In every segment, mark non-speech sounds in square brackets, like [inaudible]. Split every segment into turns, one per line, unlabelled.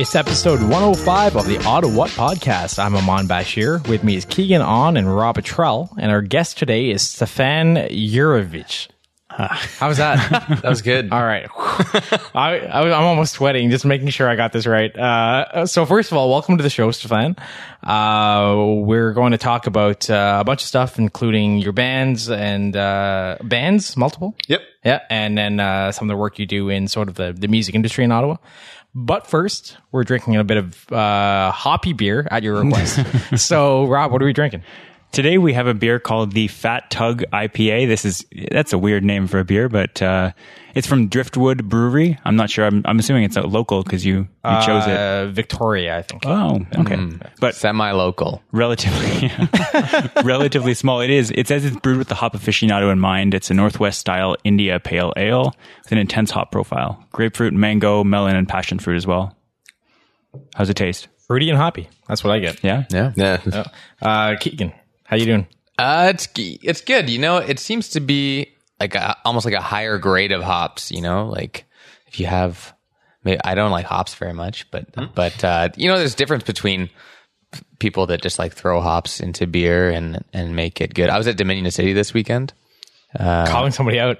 It's episode 105 of the Auto What podcast. I'm Amon Bashir. With me is Keegan On and Rob Petrell. And our guest today is Stefan Yurovich.
How was that? that was
[laughs]
good.
All right. I, I, am almost sweating just making sure I got this right. Uh, so, first of all, welcome to the show, Stefan. Uh, we're going to talk about uh, a bunch of stuff, including your bands and uh, bands, multiple.
Yep.
Yeah. And then uh, some of the work you do in sort of the, the music industry in Ottawa. But first, we're drinking a bit of uh, hoppy beer at your [laughs] request. so, Rob, what are we drinking?
Today we have a beer called the Fat Tug IPA. This is that's a weird name for a beer, but uh, it's from Driftwood Brewery. I'm not sure. I'm, I'm assuming it's a local because you, you chose it.
Uh, Victoria, I think.
Oh, okay.
mm-hmm.
But
Semi-local.
relatively, [laughs] relatively small. It is. It says it's brewed with the hop aficionado in mind. It's a Northwest style India Pale Ale with an intense hop profile: grapefruit, mango, melon, and passion fruit as well. How's it taste?
Fruity and hoppy. That's what I get.
Yeah.
Yeah. Yeah.
Uh, Keegan, how you doing?
Uh, it's it's good. You know, it seems to be like a, almost like a higher grade of hops. You know, like if you have, maybe, I don't like hops very much, but but uh, you know, there's difference between p- people that just like throw hops into beer and and make it good. I was at Dominion City this weekend.
Calling somebody out.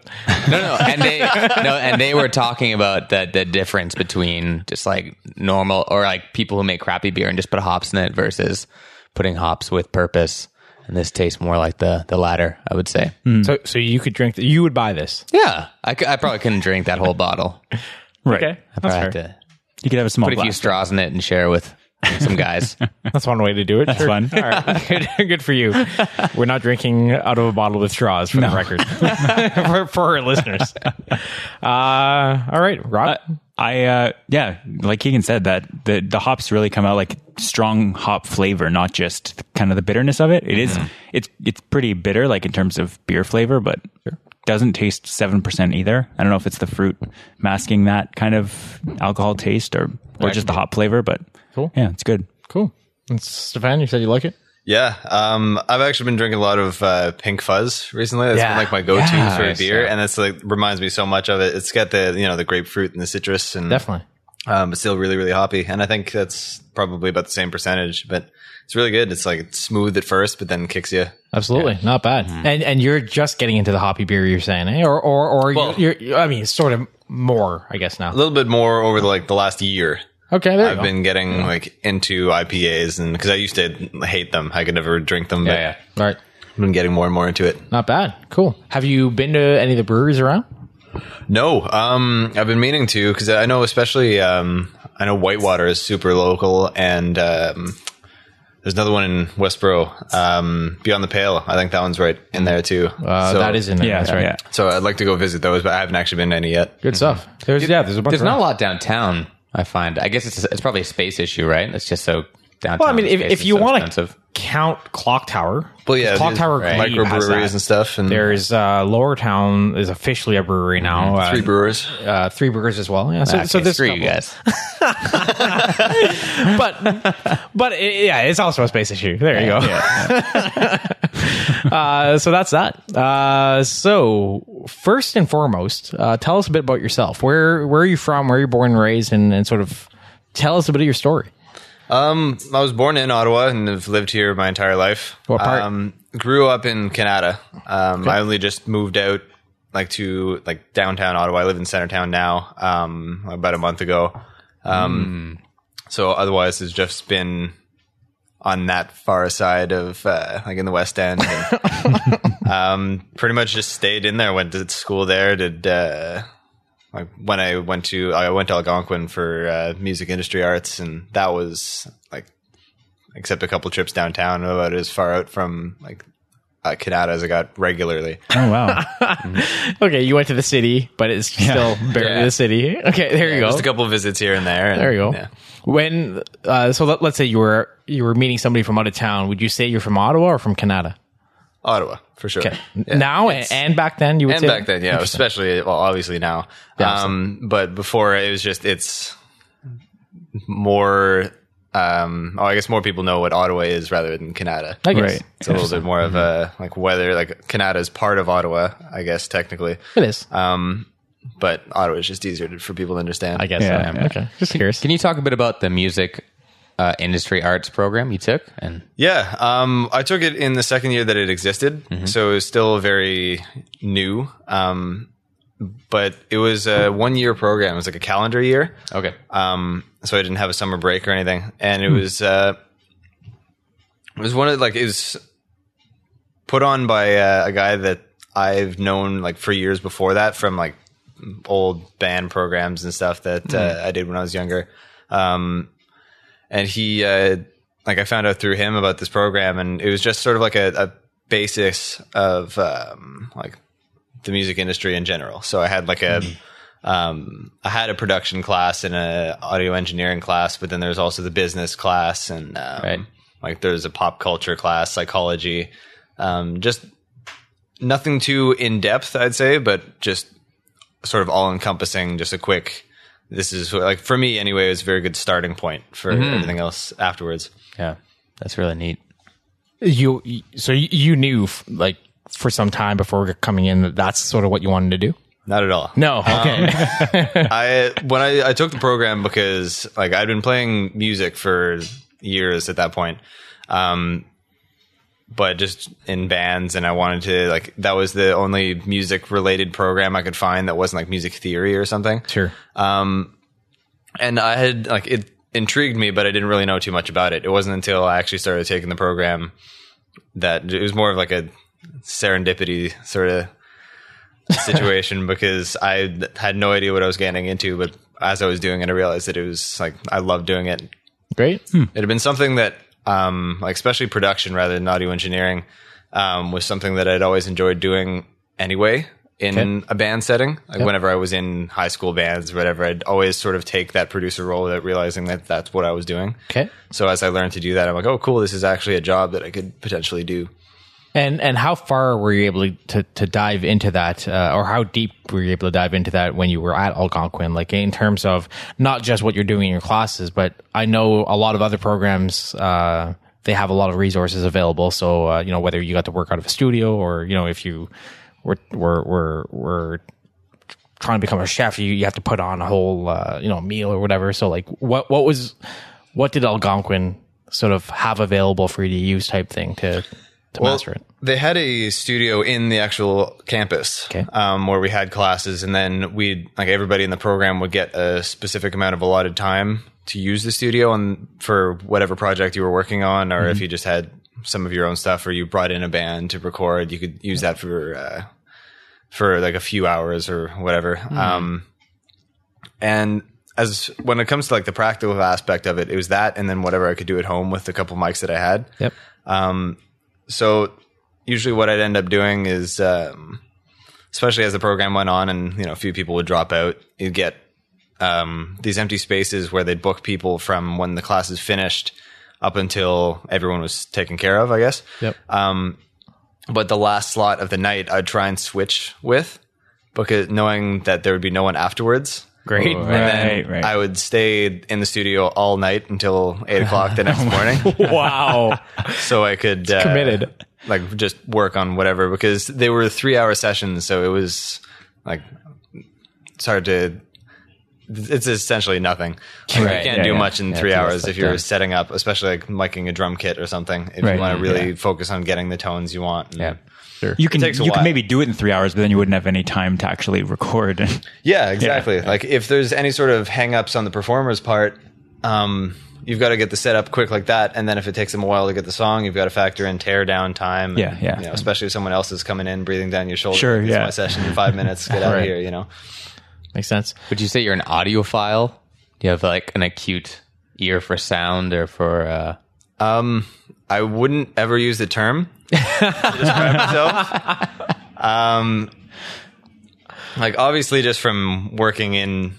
No, no, and they no, and they were talking about the the difference between just like normal or like people who make crappy beer and just put hops in it versus putting hops with purpose. And this tastes more like the the latter, I would say.
So, so you could drink. You would buy this.
Yeah, I, cou- I probably couldn't drink that whole bottle. I
Right.
Okay, that's
probably
fair.
had to
You could have a small
put a few
glass.
straws in it and share with some guys.
That's one way to do it. That's
fun.
All right, [laughs] good, good for [laughs] you. We're not drinking out of a bottle with straws for the record, [laughs] for, for our [laughs] listeners. Uh, all right, Rob.
I uh yeah, like Keegan said that the the hops really come out like strong hop flavor, not just kind of the bitterness of it. It is-
Mm-hmm.
it's it's pretty bitter like in terms of beer flavor, but doesn't taste 7% either. I don't know if it's the fruit masking that kind of alcohol taste or or just the hop flavor, but
Cool.
Yeah, it's good.
cool. And Stefan, you said you like it.
Yeah, um, I've actually been drinking a lot of uh, Pink Fuzz recently. That's
Yeah.
been like my go-to
Yeah.
for a
Nice,
beer,
yeah.
and it's like reminds me so much of it. It's got the you know the grapefruit and the citrus, and
Definitely.
um, it's still really really hoppy. And I think that's probably about the same percentage, but it's really good. It's like it's smooth at first, but then kicks you.
Absolutely, not bad. And and you're just getting into the hoppy beer, you're saying, eh? or or or
Well-
you're, you're, I mean, sort of more, I guess now.
A little bit more over the, like the last year.
Okay, there you
I've
go.
been getting like into IPAs, and because I used to hate them, I could never drink them. But
yeah.
All right,
I've been getting more and more into it.
not bad. Cool. Have you been to any of the breweries around?
No, um, I've been meaning to because I know, especially, um, I know Whitewater is super local, and um, there's another one in Westboro, um, Beyond the Pale. I think that one's right in there too.
Uh, that is in there.
Yeah, that's right. Yeah.
So I'd like to go visit those, but I haven't actually been to any yet.
Good stuff. There's yeah, Mm-hmm. there's a bunch.
There's
around.
not a lot downtown. I find. I guess it's it's probably a space issue, right? It's just so downtown.
Well, I mean, if,
space
if
is
you
so
want to
expensive.
count Clock Tower,
Well, yeah,
Clock
these
Tower
right.
Glebe has
microbreweries
that.
and stuff, and
There's uh, Lower Town is officially a brewery now. Uh,
Mm-hmm. three Ah, brewers.
uh, three brewers as well. Yeah, so,
uh, Okay,
so there's
screw
a
you
couple.
guys.
but but it, yeah, it's also a space issue. There you go. [laughs] uh, so that's that. Uh, so first and foremost, uh, tell us a bit about yourself. Where where are you from? Where are you born and raised? And, and sort of tell us a bit of your story.
I was born in Ottawa and have lived here my entire life.
What part?
Um, grew up in Canada. Um, I only just moved out like to like downtown Ottawa. I live in Centertown now. Um, about a month ago. Um,
Hmm.
so otherwise it's just been on that far side of uh, like in the West End.
[laughs]
and, um, pretty much just stayed in there. Went to school there. Did. Uh, like when I went to I went to Algonquin for uh, music industry arts, and that was like except a couple trips downtown, about as far out from like uh, Canada as I got regularly. [laughs]
Oh wow.
Okay, you went to the city, but it's still barely
Yeah.
the city. Okay, there you go.
Just a couple visits here and there. And,
There you go.
yeah.
When uh, so let, let's say you were you were meeting somebody from out of town, would you say you're from Ottawa or from Canada?
Ottawa for sure. Yeah.
now and, and back then, you would
and
say
back then, yeah, especially well, obviously now. um, but before it was just it's more. Um, oh, I guess more people know what Ottawa is rather than Canada.
I guess. Mm-hmm.
Right.
It's a little bit more of a like whether like Canada is part of Ottawa, I guess technically.
It is.
Um, but Ottawa is just easier to, for people to understand.
I guess
Yeah,
I am.
yeah.
Okay, just curious.
Can you talk a bit about the music uh, industry arts program you took? And
Yeah, um, I took it in the second year that it existed, so it was still very new. Um, but it was a one-year program; it was like a calendar year.
okay,
um, so I didn't have a summer break or anything. And it was uh, it was one of like it was put on by uh, a guy that I've known like for years before that from like old band programs and stuff that uh, I did when I was younger. Um, and he uh, like I found out through him about this program, and it was just sort of like a, a basis of um, like the music industry in general. So I had like a um, I had a production class and a audio engineering class, but then there's also the business class and um,
Right.
like there's a pop culture class, psychology, um, just nothing too in depth, I'd say, but just sort of all encompassing. Just a quick. This is like for me anyway. It was a very good starting point for everything else afterwards.
yeah, that's really neat.
You you- so you, you knew f- like for some time before coming in that that's sort of what you wanted to do.
Not at all.
No, Um, okay,
I when I, I took the program because like I'd been playing music for years at that point, um, but just in bands, and I wanted to like that was the only music related program I could find that wasn't like music theory or something.
sure.
And I had like it intrigued me, but I didn't really know too much about it. It wasn't until I actually started taking the program that it was more of like a serendipity sort of situation because I had no idea what I was getting into, but as I was doing it, I realized that it was like I loved doing it.
Great.
It had been something that, um, like especially production rather than audio engineering, um, was something that I'd always enjoyed doing anyway in a band setting. Like whenever I was in high school bands, or whatever, I'd always sort of take that producer role without realizing that that's what I was doing.
Okay.
So as I learned to do that, I'm like, oh, cool, this is actually a job that I could potentially do.
And and how far were you able to to dive into that, uh, or how deep were you able to dive into that when you were at Algonquin? Like in terms of not just what you're doing in your classes, but I know a lot of other programs. Uh, they have a lot of resources available. So uh, you know whether you got to work out of a studio, or you know if you were were were, were trying to become a chef, you, you have to put on a whole uh, you know meal or whatever. So like what what was what did Algonquin sort of have available for you to use type thing to to master it?
They had a studio in the actual campus
Okay.
um, where we had classes, and then we'd like everybody in the program would get a specific amount of allotted time to use the studio and for whatever project you were working on, or
Mm-hmm.
if you just had some of your own stuff, or you brought in a band to record, you could use that for uh, for like a few hours or whatever.
Mm-hmm.
Um, and as when it comes to like the practical aspect of it, it was that, and then whatever I could do at home with the couple mics that I had
Yep.
so usually what I'd end up doing is, um, especially as the program went on and, you know, a few people would drop out, you'd get, um, these empty spaces where they'd book people from when the class is finished up until everyone was taken care of, I guess. Um,
Yep.
But the last slot of the night, I'd try and switch with because knowing that there would be no one afterwards.
Great.
And then
Right, right.
I would stay in the studio all night until eight o'clock the
[laughs]
next morning [laughs]
wow.
so I could uh,
committed.
like just work on whatever because they were three hour sessions, so it was like it's hard to. It's essentially nothing. Like,
[laughs] Right,
You can't
yeah,
do
yeah.
much in
Yeah,
three
it's
hours
like
if you're
that.
setting up, especially like miking a drum kit or something. If
Right,
you want to
yeah.
really focus on getting the tones you want. And-
Yeah.
You can
takes a
you can
while.
maybe do it in three hours, but then you wouldn't have any time to actually record. [laughs]
Yeah, exactly. Like if there's any sort of hangups on the performer's part, um, you've got to get the setup quick like that, and then if it takes them a while to get the song, you've got to factor in tear down time. and,
Yeah, yeah.
You know, especially if someone else is coming in, breathing down your shoulder.
Sure,
It's
yeah.
my session in five minutes. Get
[laughs]
out of here. You know.
Makes sense.
Would you say you're an audiophile? Do you have like an acute ear for sound or for? Uh,
I wouldn't ever use the term [laughs] to describe myself. Um, like obviously, just from working in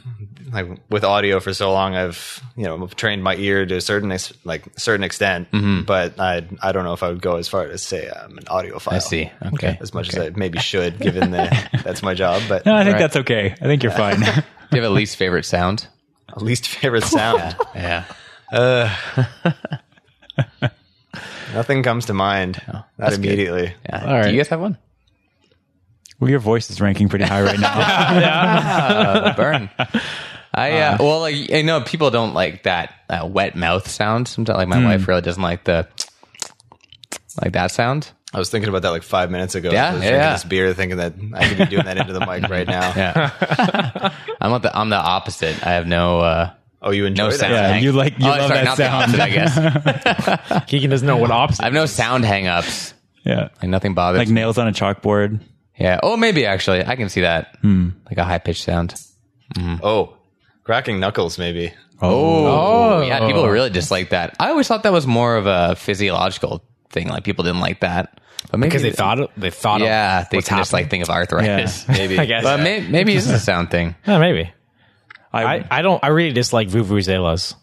like with audio for so long, I've you know trained my ear to a certain ex- like certain extent.
Mm-hmm.
But I I don't know if I would go as far as say I'm an audiophile.
I see. Okay.
As much as I maybe should, given
[laughs]
that that's my job. But
no, I think that's okay. I think
[laughs]
you're fine.
Do you have a least
[laughs]
favorite sound?
least favorite sound.
[laughs] Yeah.
Nothing comes to mind. Not immediately.
yeah.
All right.
Do you guys have one?
Well, your voice is ranking pretty high right now.
Uh, burn. I uh, well, like I know people don't like that uh, wet mouth sound. Sometimes, like my
Hmm.
wife really doesn't like the like that sound.
I was thinking about that like five minutes ago.
Yeah,
I was
yeah,
drinking
yeah.
This beer, thinking that I could be doing that into the mic right now.
[laughs] Yeah,
[laughs]
I'm not the I'm the opposite. I have no uh,
Oh, you enjoy
no
that?
sound.
Yeah,
hang-
you like- you
oh,
love that
sorry, not
sound.
The opposite, I guess I
[laughs] Keegan doesn't know what opposite.
have no sound hangups.
[laughs] yeah.
Like nothing bothers.
Like
me.
nails on a chalkboard.
yeah. Oh, maybe actually, I can see that.
Hmm.
Like a high pitched sound.
Oh, cracking knuckles, maybe.
Oh, yeah. People really dislike that. I always thought that was more of a physiological thing. Like people didn't like that, but maybe
because they thought they thought.
Yeah, they
what's
can just
happening.
like think of arthritis.
[laughs]
Maybe.
I guess.
But may- maybe it's a sound thing.
Yeah, maybe.
I,
I, I don't. I really dislike
[laughs]
vuvuzelas.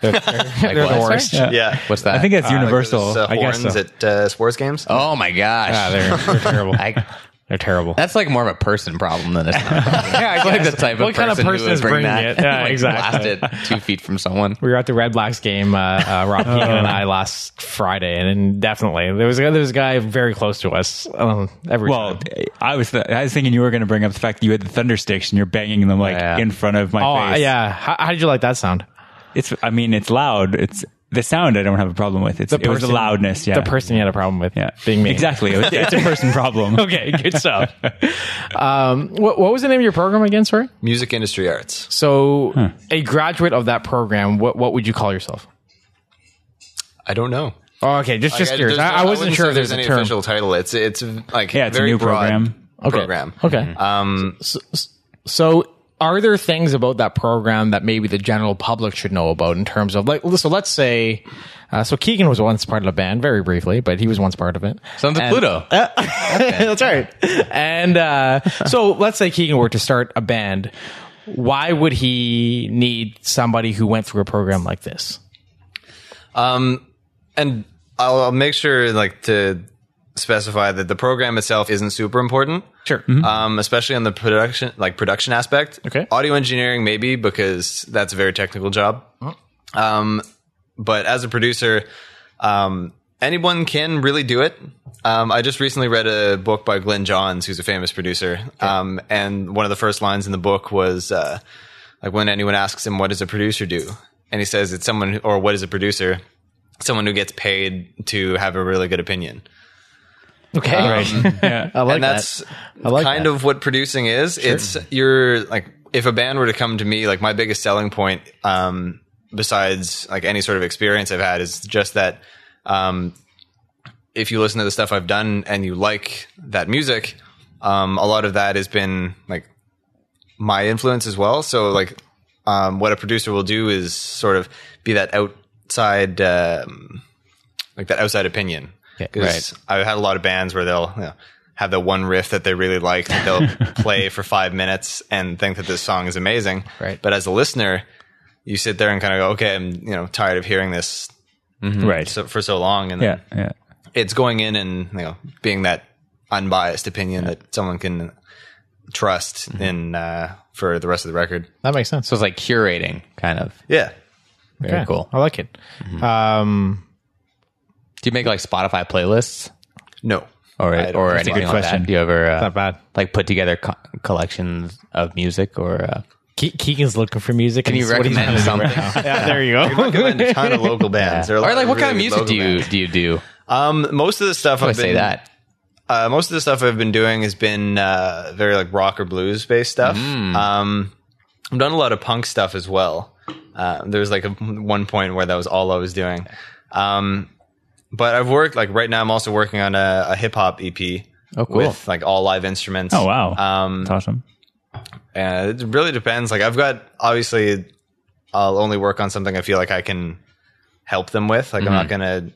They're, they're,
what?
the worst.
Yeah.
Yeah.
[laughs] What's that?
I think it's
Uh, like
universal.
those, uh,
I guess
horns
so.
at uh, sports games.
Oh my gosh.
Yeah,
Ah,
they're,
[laughs]
they're terrible.
I,
They're terrible.
that's like more of a person problem than a sound
[laughs]
problem. yeah, I like the type
What
of
kind of
person,
person
who
is
would bring
bringing
that.
it? Yeah,
like,
exactly.
Blast it two feet from someone.
we were at the Red Blacks game, uh, uh, Rob [laughs] Keegan and I last Friday, and, and definitely there was a, there was a guy very close to us. Um, every
well,
time.
I was th- I was thinking you were going to bring up the fact that you had the thunder sticks and you're banging them like
Yeah.
in front of my
oh
face.
yeah. How, how did you like that sound?
It's I mean it's loud. It's the sound I don't have a problem with. It's it was the
person-
loudness. Yeah,
The person you had a problem with
Yeah,
being me. [laughs]
Exactly. It was- it's a person problem.
Okay, good stuff. [laughs] um, what, what was the name of your program again? Sorry.
Music industry arts.
So, a graduate of that program, what what would you call yourself?
I don't know.
Oh, okay, just just
Like, I-
curious.
there's no-
I, I wasn't
wouldn't
sure
say
if there's a
any
term.
official title. It's it's like
Yeah, it's a
very
new
broad
program.
[laughs] Okay.
Program.
Okay.
Um,
So, are there things about that program that maybe the general public should know about in terms of like? So, let's say, uh, so Keegan was once part of the band, very briefly, but he was once part of it.
Sounds like
And-
Pluto.
[laughs] That's right. And uh, so, let's say Keegan were to start a band. Why would he need somebody who went through a program like this?
and I'll, I'll make sure like to specify that the program itself isn't super important.
Sure. Mm-hmm.
Um, especially on the production like production aspect.
Okay.
Audio engineering maybe because that's a very technical job.
Oh.
Um, but as a producer, um, anyone can really do it. Um, I just recently read a book by Glenn Johns, who's a famous producer. Um, and one of the first lines in the book was uh, like when anyone asks him, "What does a producer do?" and he says, "It's someone, who- or what is a producer? Someone who gets paid to have a really good opinion."
Okay.
Yeah.
I like
and
that.
that's
like
kind
that.
of what producing is. It's you're like if a band were to come to me, like my biggest selling point, um, besides like any sort of experience I've had, is just that um, if you listen to the stuff I've done and you like that music, um, a lot of that has been like my influence as well. So like um, what a producer will do is sort of be that outside. Um, like that outside opinion. Because I've had a lot of bands where they'll you know, have the one riff that they really like that they'll play for five minutes and think that this song is amazing.
Right.
But as a listener, you sit there and kind of go, okay, I'm you know tired of hearing this mm-hmm,
Right.
so, for so long, and
yeah.
then
Yeah.
it's going in and you know being that unbiased opinion that someone can trust
Mm-hmm.
in uh, for the rest of the record.
That makes sense.
So it's like curating, kind of.
Yeah.
Very
Okay.
cool.
I like it. Um,
Do you make like Spotify playlists [laughs]
No.
or
I don't-
or
that's a good
anything like
question.
that? Do you ever uh,
not bad.
like put together co- collections of music or? Uh,
Ke- Keegan's looking for music.
can
and
you
what he's
recommend something?
[laughs] Yeah, there you go.
Recommend a ton of local bands. There are a lot
or like what kind of
really good
music do
local
you
bands.
do you do?
Um, most of the stuff
I
I've
would say
been-
that.
uh, most of the stuff I've been doing has been uh, very like rock or blues based stuff. Um, I've done a lot of punk stuff as well. Uh, there was like a, one point where that was all I was doing. Um, but I've worked like right now. I'm also working on a, a hip hop EP.
Oh, cool.
With like all live instruments.
Oh wow.
Um,
That's awesome.
and it really depends. Like I've got obviously, I'll only work on something I feel like I can help them with. Like I'm not gonna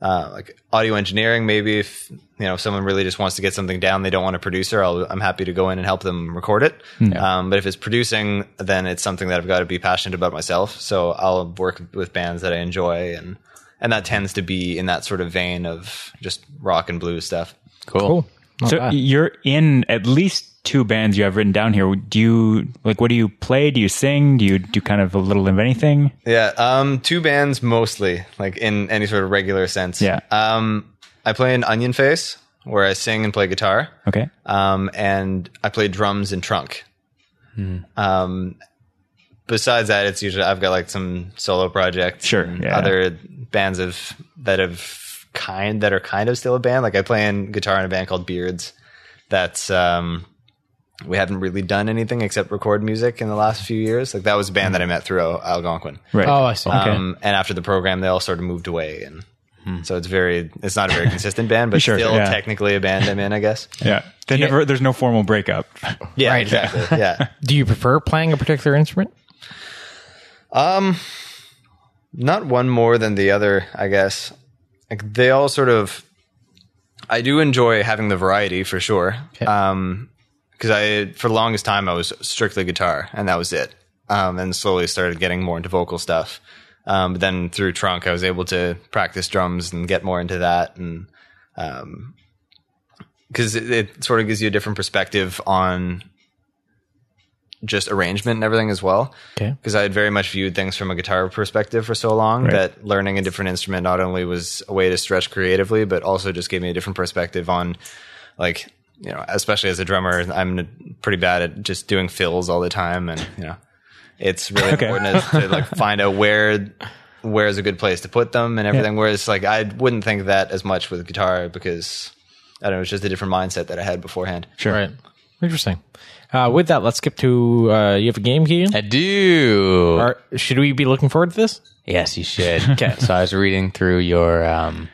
uh, like audio engineering. Maybe if you know if someone really just wants to get something down, they don't want a producer. I'll, I'm happy to go in and help them record it. Um, but if it's producing, then it's something that I've got to be passionate about myself. So I'll work with bands that I enjoy and. And that tends to be in that sort of vein of just rock and blues stuff.
Cool.
Cool. Not
So
bad.
you're in at least two bands you have written down here. Do you like what do you play? Do you sing? Do you do kind of a little of anything?
Yeah, um, two bands mostly, like in any sort of regular sense.
Yeah.
Um, I play in Onion Face, where I sing and play guitar.
Okay.
Um, and I play drums and trunk.
Hmm.
Um, besides that, it's usually I've got like some solo projects,
Sure,
and
yeah.
other bands of that have kind that are kind of still a band. Like I play in guitar in a band called Beards. That's um, we haven't really done anything except record music in the last few years. Like that was a band that I met through Al- Algonquin.
Right.
Oh, I see. Okay.
Um, and after the program, they all sort of moved away, and so it's very it's not a very consistent band, but
Hmm. [laughs] Sure,
still
yeah.
technically a band I'm in, I
[laughs]
guess.
yeah. They never. There's no
[laughs]
formal breakup.
Yeah, exactly. Yeah,
Do you prefer playing a particular instrument?
not one more than the other, I guess. Like they all sort of. I do enjoy having the variety for sure. Um, because I for the longest time I was strictly guitar and that was it. Um, and slowly started getting more into vocal stuff. Um, but then through trunk I was able to practice drums and get more into that and um because it, it sort of gives you a different perspective on just arrangement and everything as well.
Okay.
Because I had very much viewed things from a guitar perspective for so long
Right.
that learning a different instrument not only was a way to stretch creatively, but also just gave me a different perspective on like you know especially as a drummer i'm pretty bad at just doing fills all the time and you know it's really
Okay.
important is to like find out where where's a good place to put them and everything whereas like i wouldn't think that as much with guitar because i don't know it's just a different mindset that i had beforehand
Sure.
Right. Interesting. Uh, with that, let's skip to uh, you have a game, Keegan?
I do.
Are, should we be looking forward to this?
Yes, you should. [laughs] okay. So I was reading through your um,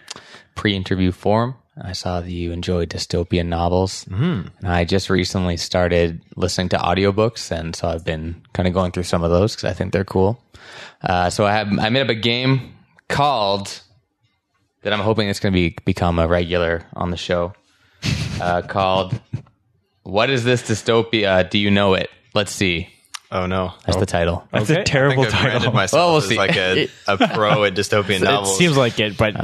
pre-interview form. I saw that you enjoy dystopian novels, mm-hmm. and I just recently started listening to audiobooks, and so I've been kind of going through some of those because I think they're cool. Uh, so I have I made up a game called that I'm hoping it's going to be become a regular on
[laughs]
the show uh, called "What is this dystopia? Do you know it?" Let's see.
oh no
That's the title.
That's
Okay.
a
i
terrible
think i've branded
title. [laughs]
myself
Well, we'll
as
see.
like a, a pro at dystopian novels
It seems like it, but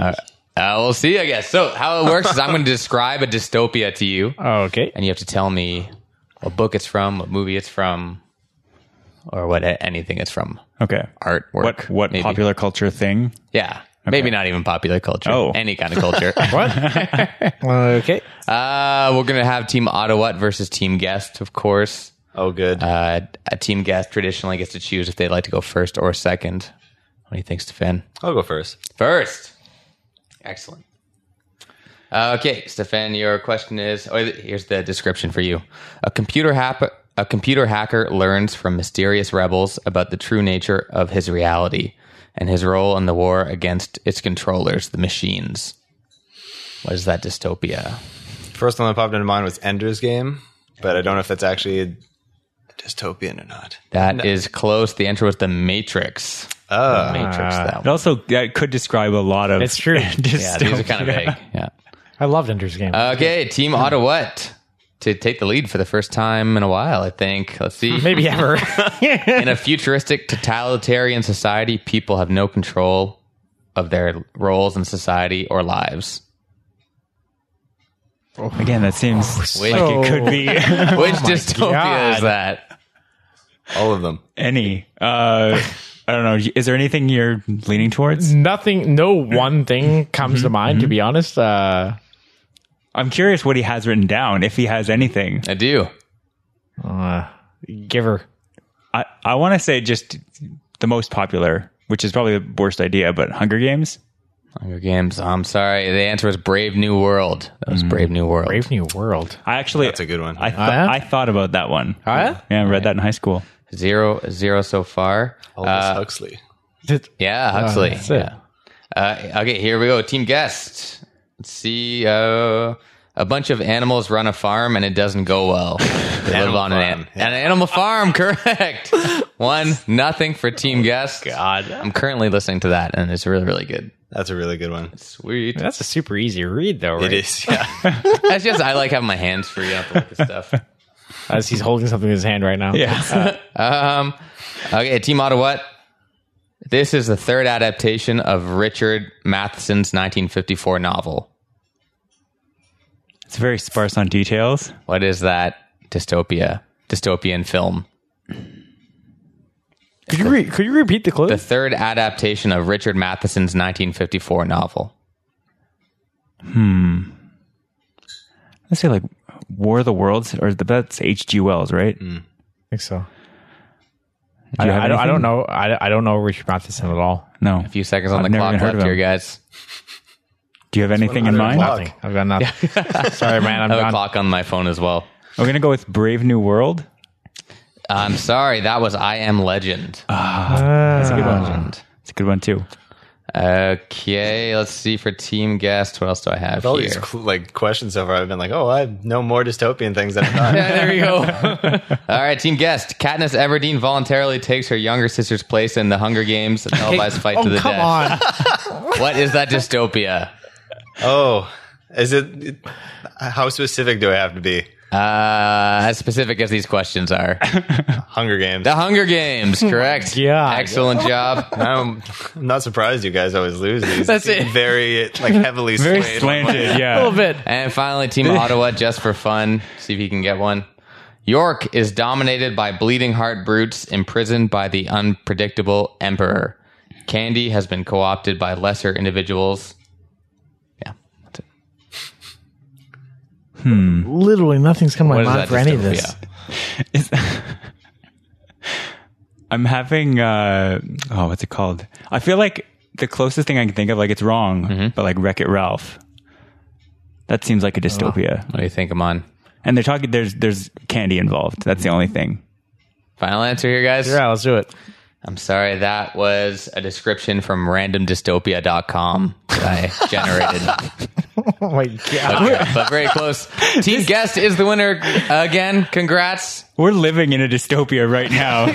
Uh, we'll see, I guess. So, how it works is I'm going to describe a dystopia to you,
oh,
okay.
and you have to tell me what book it's from, what movie it's from, or what anything it's from.
Okay.
Artwork.
What what
maybe.
popular culture thing?
Yeah. Maybe not even popular culture.
Oh.
Any kind of
[laughs]
culture.
Okay.
uh, we're going to have Team Ottawa versus Team Guest, of course.
oh good
Uh, a team guest traditionally gets to choose if they'd like to go first or second. What do you think, Stefan?
i'll go first
First. Excellent. Uh, Okay, Stefan, your question is oh, here's the description for you. A computer hap- a computer hacker learns from mysterious rebels about the true nature of his reality and his role in the war against its controllers, the machines. What is that dystopia?
first one that popped into mind was ender's game but i don't know if that's actually dystopian or not
That is close. The answer was the Matrix.
Oh.
The Matrix. That
It
one.
also that could describe a lot of. [laughs]
It's true.
Yeah, these are kind of vague. Yeah.
I loved Ender's Game.
Okay, Team Ottawa to take the lead for the first time in a while. I think. Let's see.
[laughs] Maybe ever.
in a futuristic totalitarian society, people have no control of their roles in society or lives.
[laughs]
Again, that seems
Which,
like it could be
which dystopia
Oh God.
is that?
all of them
[laughs] any. Uh, I don't know. Is there anything you're leaning towards?
Nothing. No one thing comes to mind. To be honest, uh,
I'm curious what he has written down, if he has anything.
I do.
uh, giver.
I, I want to say just the most popular, which is probably the worst idea, but Hunger Games.
Hunger Games. Oh, I'm sorry. The answer was Brave New World. That was Brave New World.
Hmm. Brave New World.
I actually
That's a good one.
I th-
Oh, yeah?
I thought about that one.
yeah?
Yeah, I read that in high school.
Zero, zero so far.
Aldous
Uh,
Huxley.
Did-
yeah, Huxley.
Oh, that's it.
Uh, okay, here we go. Team guest. Let's see. Uh, a bunch of animals run a farm and it doesn't go well. They live
Animal
on an,
farm,
an, an animal farm. [laughs] Correct. One nothing for team guest. God, I'm currently listening to that and it's really really good.
That's a really good one.
Sweet.
That's a super easy read, though. Right?
It is, yeah.
That's just I like having my hands free. I don't have to look at stuff.
As he's holding something in his hand right now.
Yeah.
Um, okay, Team Ottawa. This is the third adaptation of Richard Matheson's 1954 novel.
[laughs] it's very sparse on details.
What is that dystopia? Dystopian film.
Could you re- could you repeat the clue?
The third adaptation of Richard Matheson's 1954 novel.
let's say like War of the Worlds, or the, that's H.G. Wells, right?
I think so.
you
I,
have
I don't, I
anything?
don't know. I, I don't know Richard Matheson at all.
No.
A few seconds on
I've
the
never
clock
even heard
left
of
here,
him.
guys.
Do you have anything
under
in mind?
the clock.
Nothing. I've got nothing. [laughs] Sorry, man. I'm
I [laughs] have a
gone.
clock on my phone as well.
We're gonna go with Brave New World.
I'm sorry. That was I Am Legend.
That's a good one. It's a good one too.
Okay, let's see for Team Guest. What else do I have
With [laughs] all
here?
these cl- like questions so far, I've been like, oh, I know more dystopian things than I thought.
[laughs] Yeah, there you go. [laughs] All right, Team Guest. Katniss Everdeen voluntarily takes her younger sister's place in the Hunger Games and televised fight
oh,
to the
come
death.
on.
What is that dystopia?
Oh, is it, it- How specific do I have to be?
Uh, as specific as these questions
[laughs]
are.
Hunger Games.
The Hunger Games, correct?
God.
Excellent job.
I'm, I'm not surprised you guys always lose these.
That's
They seem
it.
Very like heavily
Very
swayed. [laughs]
slanted,
A little
yeah.
bit.
And finally, Team Ottawa, just for fun. See if you can get one. York is dominated by bleeding heart brutes imprisoned by the unpredictable emperor. Candy has been co opted by lesser individuals. Yeah, that's it.
Literally nothing's come to my
What is
mind
that
for any of this.
dystopia?
I'm having uh oh, what's it called? I feel like the closest thing I can think of, like it's wrong,
Mm-hmm.
but like Wreck It Ralph. That seems like a dystopia.
What do you think, Amon?
And they're talking. There's there's candy involved. That's the only thing.
Final answer here, guys.
Yeah, let's do it.
I'm sorry, that was a description from randomdystopia.com that I generated.
Oh my god.
Okay, but very close. Team Guest is the winner again. Congrats.
We're living in a dystopia right
[laughs]
now.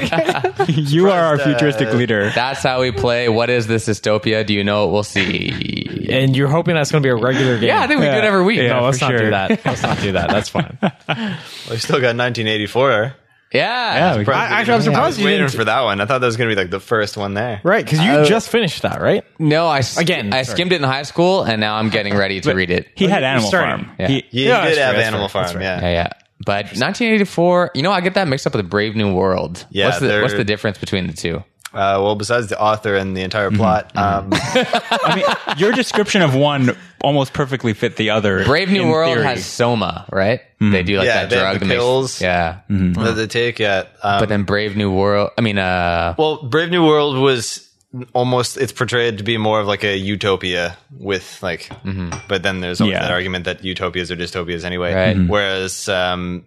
you are our futuristic
uh,
leader.
That's how we play. What is this dystopia? Do you know what we'll see?
And you're hoping that's going to be a regular game.
Yeah, I think we do it every week.
Yeah,
no, let's
for
not do
sure.
that. Let's not do that. That's [laughs] fine. I,
We've still got 1984.
Yeah.
we-
actually, I'm
I
surprised
was
you
waiting
didn't.
for that one. I thought that was going to be like the first one there.
right, because you just finished that, right?
No, I s-
Again,
I
sorry.
skimmed it in high school, and now I'm getting ready to read it.
He had Animal
starting.
Farm.
Yeah.
He,
He
Yeah,
did
that's
have
right, that's
Animal
right,
Farm.
that's right.
Yeah.
Yeah, yeah. But 1984. You know, I get that mixed up with Brave New World.
Yeah,
What's the,
they're-
what's the difference between the two?
Uh, well, besides the author and the entire
Mm-hmm.
plot, um, [laughs]
I mean, your description of one almost perfectly fit the other.
[laughs] Brave New
in
World
theory.
has soma, right? They do like
Yeah,
that
they have
drug.
the
that makes-
pills. Mm-hmm.
yeah.
Mm-hmm.
that they take, yeah. Um,
uh,
But then Brave New World. I mean, uh,
Well, Brave New World was almost it's portrayed to be more of like a utopia with like mm-hmm. but then there's always
Yeah.
that argument that utopias are dystopias anyway.
Right.
Mm-hmm.
Mhm.
Whereas um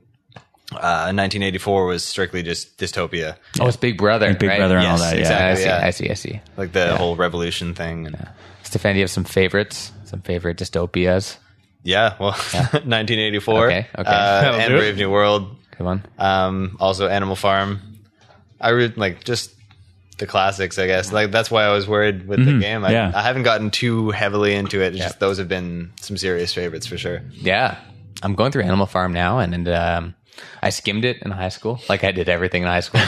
uh, 1984 was strictly just dystopia,
oh, it's Big Brother.
Big
right?
Brother and all
Yes,
that. Yeah.
exactly.
I see.
Yeah.
I see. I see.
like the whole revolution thing. And,
Stefan, do you have some favorites? Some favorite dystopias?
yeah, well, [laughs] 1984
Okay, okay.
Uh,
[laughs] That'll
and
do it.
Brave New World,
Come on.
um, also Animal Farm. I read like just the classics, I guess. Like that's why I was worried with the game. I,
yeah.
I haven't gotten too heavily into it. It's Just those have been some serious favorites for sure.
Yeah. I'm going through Animal Farm now, and, and um, I skimmed it in high school, like I did everything in high school.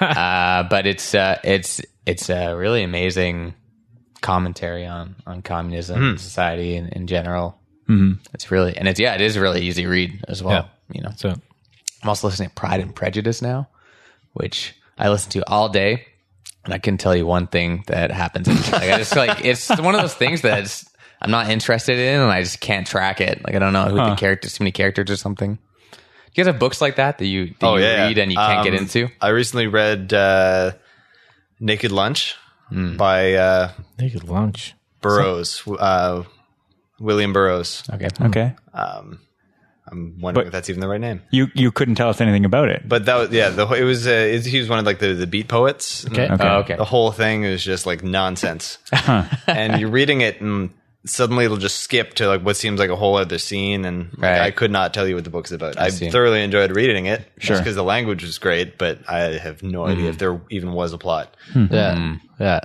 [laughs] uh, but it's uh, it's it's a really amazing commentary on on communism, and society in, in general. Mm-hmm. It's really and it's yeah, it is a really easy read as well. You know,
So,
I'm also listening to Pride and Prejudice now, which I listen to all day, and I can tell you one thing that happens. [laughs] like I just like it's one of those things that it's- I'm not interested in, and I just can't track it. Like I don't know who the characters, too many characters or something. Do you guys have books like that that you that you read and you can't get
Oh, Um,
into?
I recently read uh, Naked Lunch
Hmm.
by uh,
naked lunch.
Burroughs, uh, William Burroughs.
Okay,
Okay.
I'm wondering if that's even the right name.
You you couldn't tell us anything about it.
But that was yeah. The whole- it was uh, it's- he was one of like the, the beat poets.
Okay.
okay. Oh, okay. Uh-huh.
The whole thing is just like nonsense. and you're reading it and suddenly it'll just skip to like what seems like a whole other scene and like,
Right.
I could not tell you what the book's about. I,
see.
thoroughly enjoyed reading it
Sure.
because the language was great, but I have no idea
Mm-hmm.
if there even was a plot.
yeah, yeah.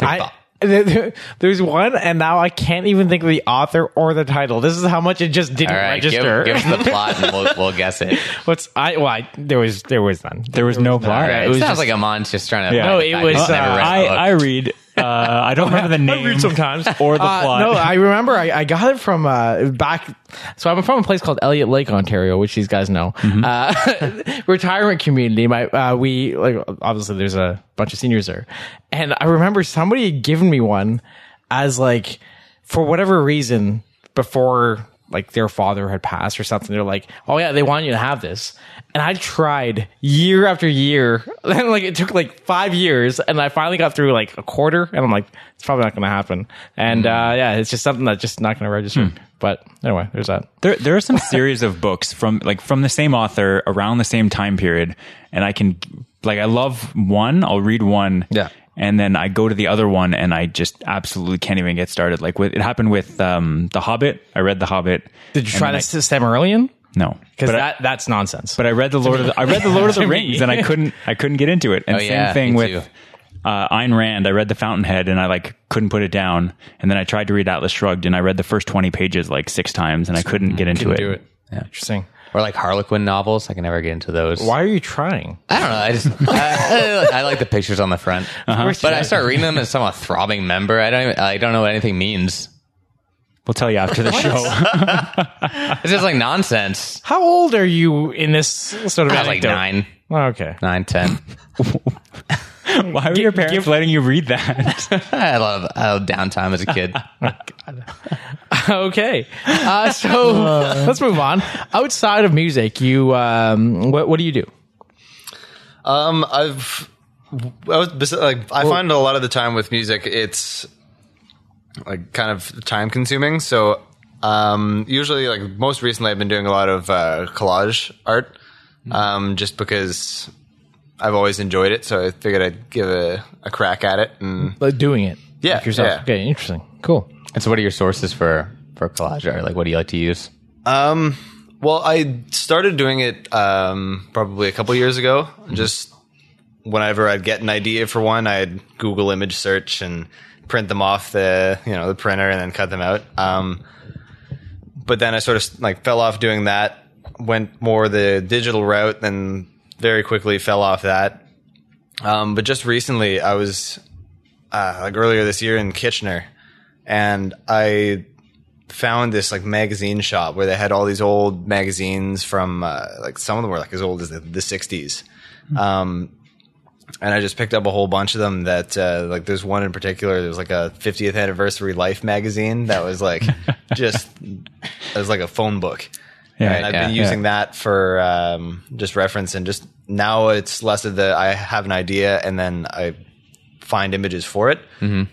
I, [laughs] there- there- there's one, and now I can't even think of the author or the title. This is how much it just didn't
All right, give,
register. [laughs]
give us the plot, and we'll, we'll guess it.
What's I? Well, I, there was there was none.
there was no
All
plot.
right,
it
it,
was
sounds
just-
like Amon's just trying to.
Yeah.
find
No,
the
it
fact that
was,
he's never
uh,
read a
I,
book.
I read. Uh, I don't remember the name.
sometimes.
or the
Uh,
plot.
No,
[laughs]
I remember. I, I got it from uh, back. So I'm from a place called Elliott Lake, Ontario, which these guys know.
Mm-hmm.
Uh, [laughs] retirement community. My uh, we like obviously there's a bunch of seniors there, and I remember somebody had given me one as like for whatever reason before like their father had passed or something. They're like, oh yeah, they want you to have this. And I tried year after year. [laughs] like it took like five years, and I finally got through like a quarter. And I'm like, it's probably not going to happen. And uh, yeah, it's just something that's just not going to register. But anyway, there's that.
There, there are some series of books from like from the same author around the same time period, and I can like I love one. I'll read one,
Yeah.
and then I go to the other one, and I just absolutely can't even get started. Like with, it happened with um, the Hobbit. I read the Hobbit.
Did you
and
try
then
this to Cemarillion?
I, no,
Because
but I,
that that's nonsense.
but I read the Lord of the, I read [laughs] the Lord of the Rings, and I couldn't I couldn't get into it. And
Oh,
same
yeah,
thing
me
with.
too.
Uh, Ayn Rand. I read The Fountainhead, and I like couldn't put it down. And then I tried to read Atlas Shrugged, and I read the first twenty pages like six times, and I couldn't get into it.
do it. Yeah.
Interesting.
Or like Harlequin novels. I can never get into those.
Why are you trying?
I don't know. I just
[laughs]
I, I like the pictures on the front,
Uh-huh.
course
but
you
I
do.
start reading them as some throbbing member. I don't even. I don't know what anything means.
We'll tell you after the [laughs] show.
It's just
[laughs]
like nonsense.
How old are you in this sort of?
I was like
anecdote?
nine,
Oh, okay.
nine, ten. [laughs]
Why were your parents
give-
letting you read [laughs] that?
I love I love downtime as
[laughs]
a kid.
okay. Uh, so let's move on. Outside of music, you um, what what do you do?
Um, I've I was bes- like I find a lot of the time with music it's like kind of time consuming. So um, usually like most recently I've been doing a lot of uh, collage art, um, just because I've always enjoyed it. So I figured I'd give a, a crack at it. And
Like doing it.
Yeah,
Like yourself.
yeah.
Okay. Interesting. Cool.
and so, what are your sources for for collage art? Like, what do you like to use?
Um, well, I started doing it um, probably a couple years ago. Just whenever I'd get an idea for one, I'd Google image search and print them off the you know the printer and then cut them out. Um, but then I sort of like fell off doing that. Went more the digital route, then very quickly fell off that. Um, but just recently, I was uh, like earlier this year in Kitchener, and I found this like magazine shop where they had all these old magazines from uh, like some of them were like as old as the, the 60s um, and i just picked up a whole bunch of them that uh, like there's one in particular there's like a 50th anniversary life magazine that was like just it was like a phone book
Yeah,
and i've been
yeah,
using that for um, just reference and just now it's less of the i have an idea and then i find images for it
Mm-hmm.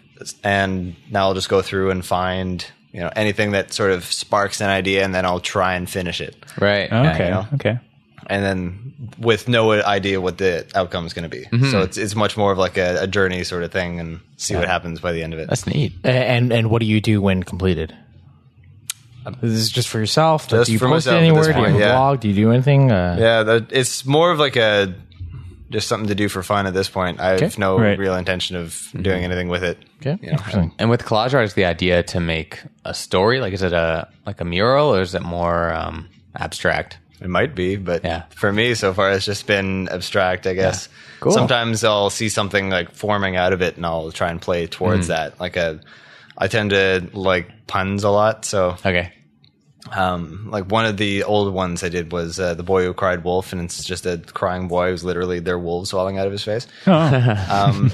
and now I'll just go through and find you know anything that sort of sparks an idea, and then I'll try and finish it,
Right.
okay,
Yeah,
okay.
and then with no idea what the outcome is going to be.
Mm-hmm.
So it's it's much more of like a, a journey sort of thing, and see what happens by the end of it.
That's neat.
A- And and what do you do when completed? This is just for yourself. Like,
Just
do you
for
post it
myself at
anywhere?
this
do you
point,
have a
yeah.
blog? Do you do anything? Uh,
yeah, that, it's more of like a just something to do for fun at this point. I have no
Right.
real intention of
Mm-hmm.
doing anything with it.
Okay.
You know,
Interesting.
And with collage art, is the idea to make a story? Like, is it a like a mural, or is it more um, abstract?
It might be, but
Yeah.
for me so far, it's just been abstract, I guess.
Cool.
Sometimes I'll see something like forming out of it and I'll try and play
Mm.
towards that. Like a, I tend to like puns a lot. So,
Okay.
um, like one of the old ones I did was uh, The Boy Who Cried Wolf, and it's just a crying boy who's literally their wolves falling out of his face. [laughs] um,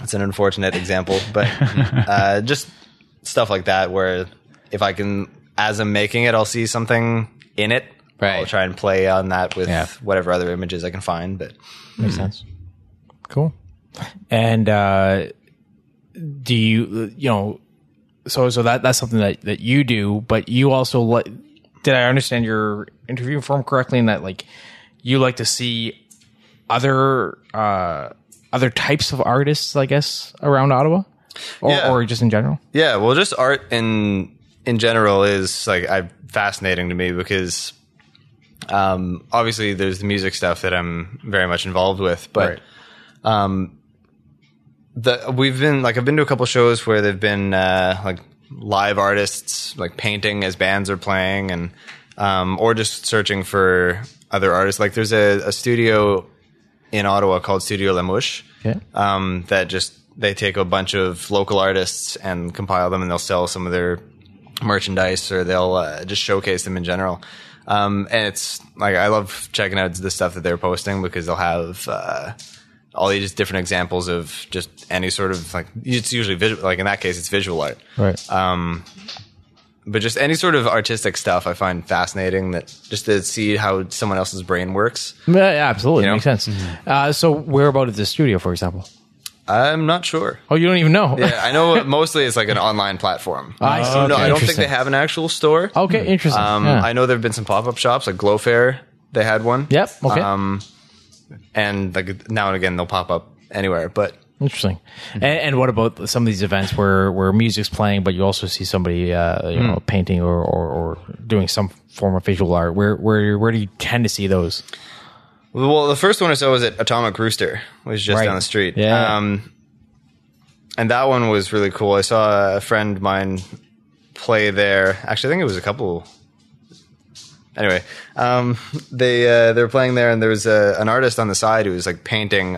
it's an unfortunate example, but uh, just stuff like that where if I can, as I'm making it, I'll see something in it. I'll
Right.
try and play on that with
Yeah.
whatever other images I can find. But
Makes sense. Cool. Mm-hmm. And uh, do you you know so so that that's something that that you do, but you also like did I understand your interview form correctly in that like you like to see other uh other types of artists, I guess, around Ottawa? Or,
Yeah.
or just in general?
yeah, well, just art in in general is like I fascinating to me because um, obviously there's the music stuff that I'm very much involved with, but. um, the we've been like I've been to a couple shows where they've been uh, like live artists like painting as bands are playing and um, or just searching for other artists. Like there's a, a studio in Ottawa called Studio Lamouche
Okay.
um, that just they take a bunch of local artists and compile them and they'll sell some of their merchandise or they'll uh, just showcase them in general. Um, and it's like I love checking out the stuff that they're posting because they'll have uh, all these different examples of just uh, any sort of like it's usually visual. Like in that case, it's visual art
Right.
but just any sort of artistic stuff, I find fascinating. That just to see how someone else's brain works.
Yeah, yeah, absolutely.
You know? Mm-hmm.
Makes sense. Uh, so where about is the studio, for example?
I'm not sure.
Oh, you don't even know.
Yeah, I know. mostly it's like an online platform.
Ah, I see.
So no,
Okay.
I don't think
Interesting.
they have an actual store.
[laughs] Okay, interesting.
Um,
yeah.
I know there have been some pop up shops like Glow Fair. They had one.
Yep, okay.
Um, and like now and again they'll pop up anywhere, but
Interesting. And, and what about some of these events where, where music's playing, but you also see somebody uh, you know painting or, or, or doing some form of visual art? Where where where do you tend to see those?
Well, the first one I saw was at Atomic Rooster, was just
Right.
down the street.
Yeah.
Um, and that one was really cool. I saw a friend of mine play there. Actually, I think it was a couple. Anyway, um, they uh, they were playing there, and there was a, an artist on the side who was like painting.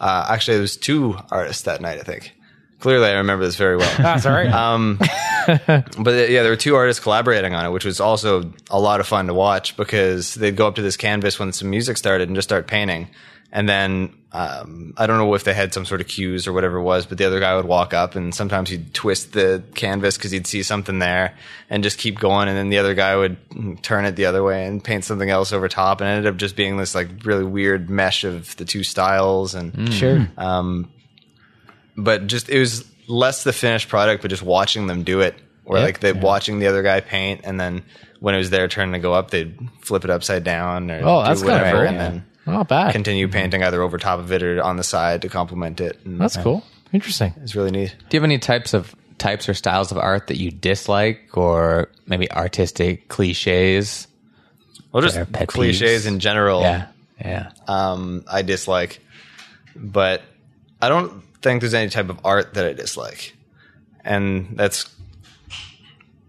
Uh, actually, there was two artists that night. I think. Clearly, I remember this very well.
That's all right.
But uh, yeah, there were two artists collaborating on it, which was also a lot of fun to watch because they'd go up to this canvas when some music started and just start painting. And then um, I don't know if they had some sort of cues or whatever it was, but the other guy would walk up and sometimes he'd twist the canvas because he'd see something there and just keep going. And then the other guy would mm, turn it the other way and paint something else over top. And it ended up just being this like really weird mesh of the two styles. And
sure.
Uh,
but just it was less the finished product, but just watching them do it, or
Yeah.
like they watching the other guy paint, and then when it was their turn to go up, they'd flip it upside down or
oh,
do
that's kind of
whatever,
cool.
and then
Not bad.
continue painting either over top of it or on the side to complement it. And
that's cool. Interesting.
It's really neat.
Do you have any types of types or styles of art that you dislike, or maybe artistic cliches?
Well, just
They're pet
cliches
peeves.
in general.
Yeah, yeah.
um, I dislike, but I don't think there's any type of art that I dislike, and that's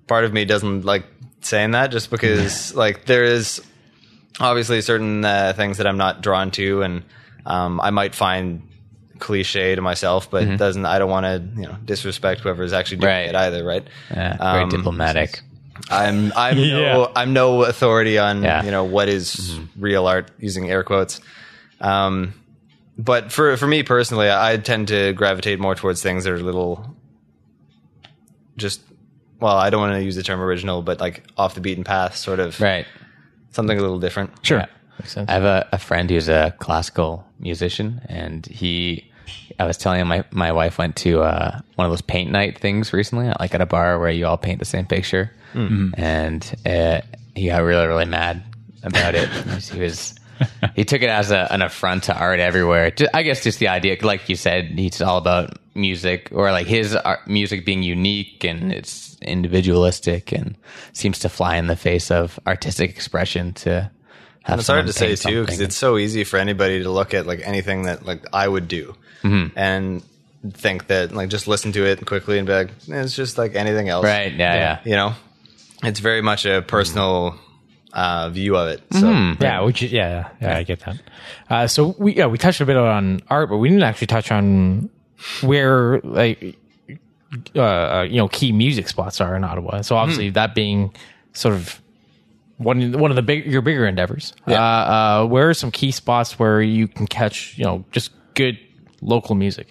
part of me doesn't like saying that just
[laughs]
because like there is obviously certain uh, things that I'm not drawn to, and um, I might find cliche to myself, but it doesn't I don't want to you know disrespect whoever's actually doing
Mm-hmm. Right.
it either, right?
yeah very
Um,
diplomatic.
I'm I'm no I'm no authority on
Yeah. Mm-hmm.
you know what is real art using air quotes. Um, but for for me personally, I, I tend to gravitate more towards things that are little, just well, I don't want to use the term original, but like off the beaten path, sort of
Right.
something a little different.
Sure.
Makes sense.
I have a, a friend who's a classical musician, and he, I was telling him my, my wife went to uh, one of those paint night things recently, like at a bar where you all paint the same picture, and uh, he got really really mad about it. he was. He took it as a, an affront to art everywhere. Ju- I guess just the idea, like you said, he's all about music or like his art, music being unique and it's individualistic and seems to fly in the face of artistic expression to have
It's hard
someone
to say
paint
too because
something.
it's so easy for anybody to look at like anything that like I would do
Mm-hmm.
and think that like just listen to it quickly and be like eh, it's just like anything else,
Right. Yeah. Yeah.
you know it's very much a personal uh, view of it so
Yeah, which is- yeah, yeah, yeah, I get that. Uh, so we yeah we touched a bit on art, but we didn't actually touch on where like uh, you know key music spots are in Ottawa. So obviously that being sort of one one of the big your bigger endeavors. Uh, uh, where are some key spots where you can catch you know just good local music?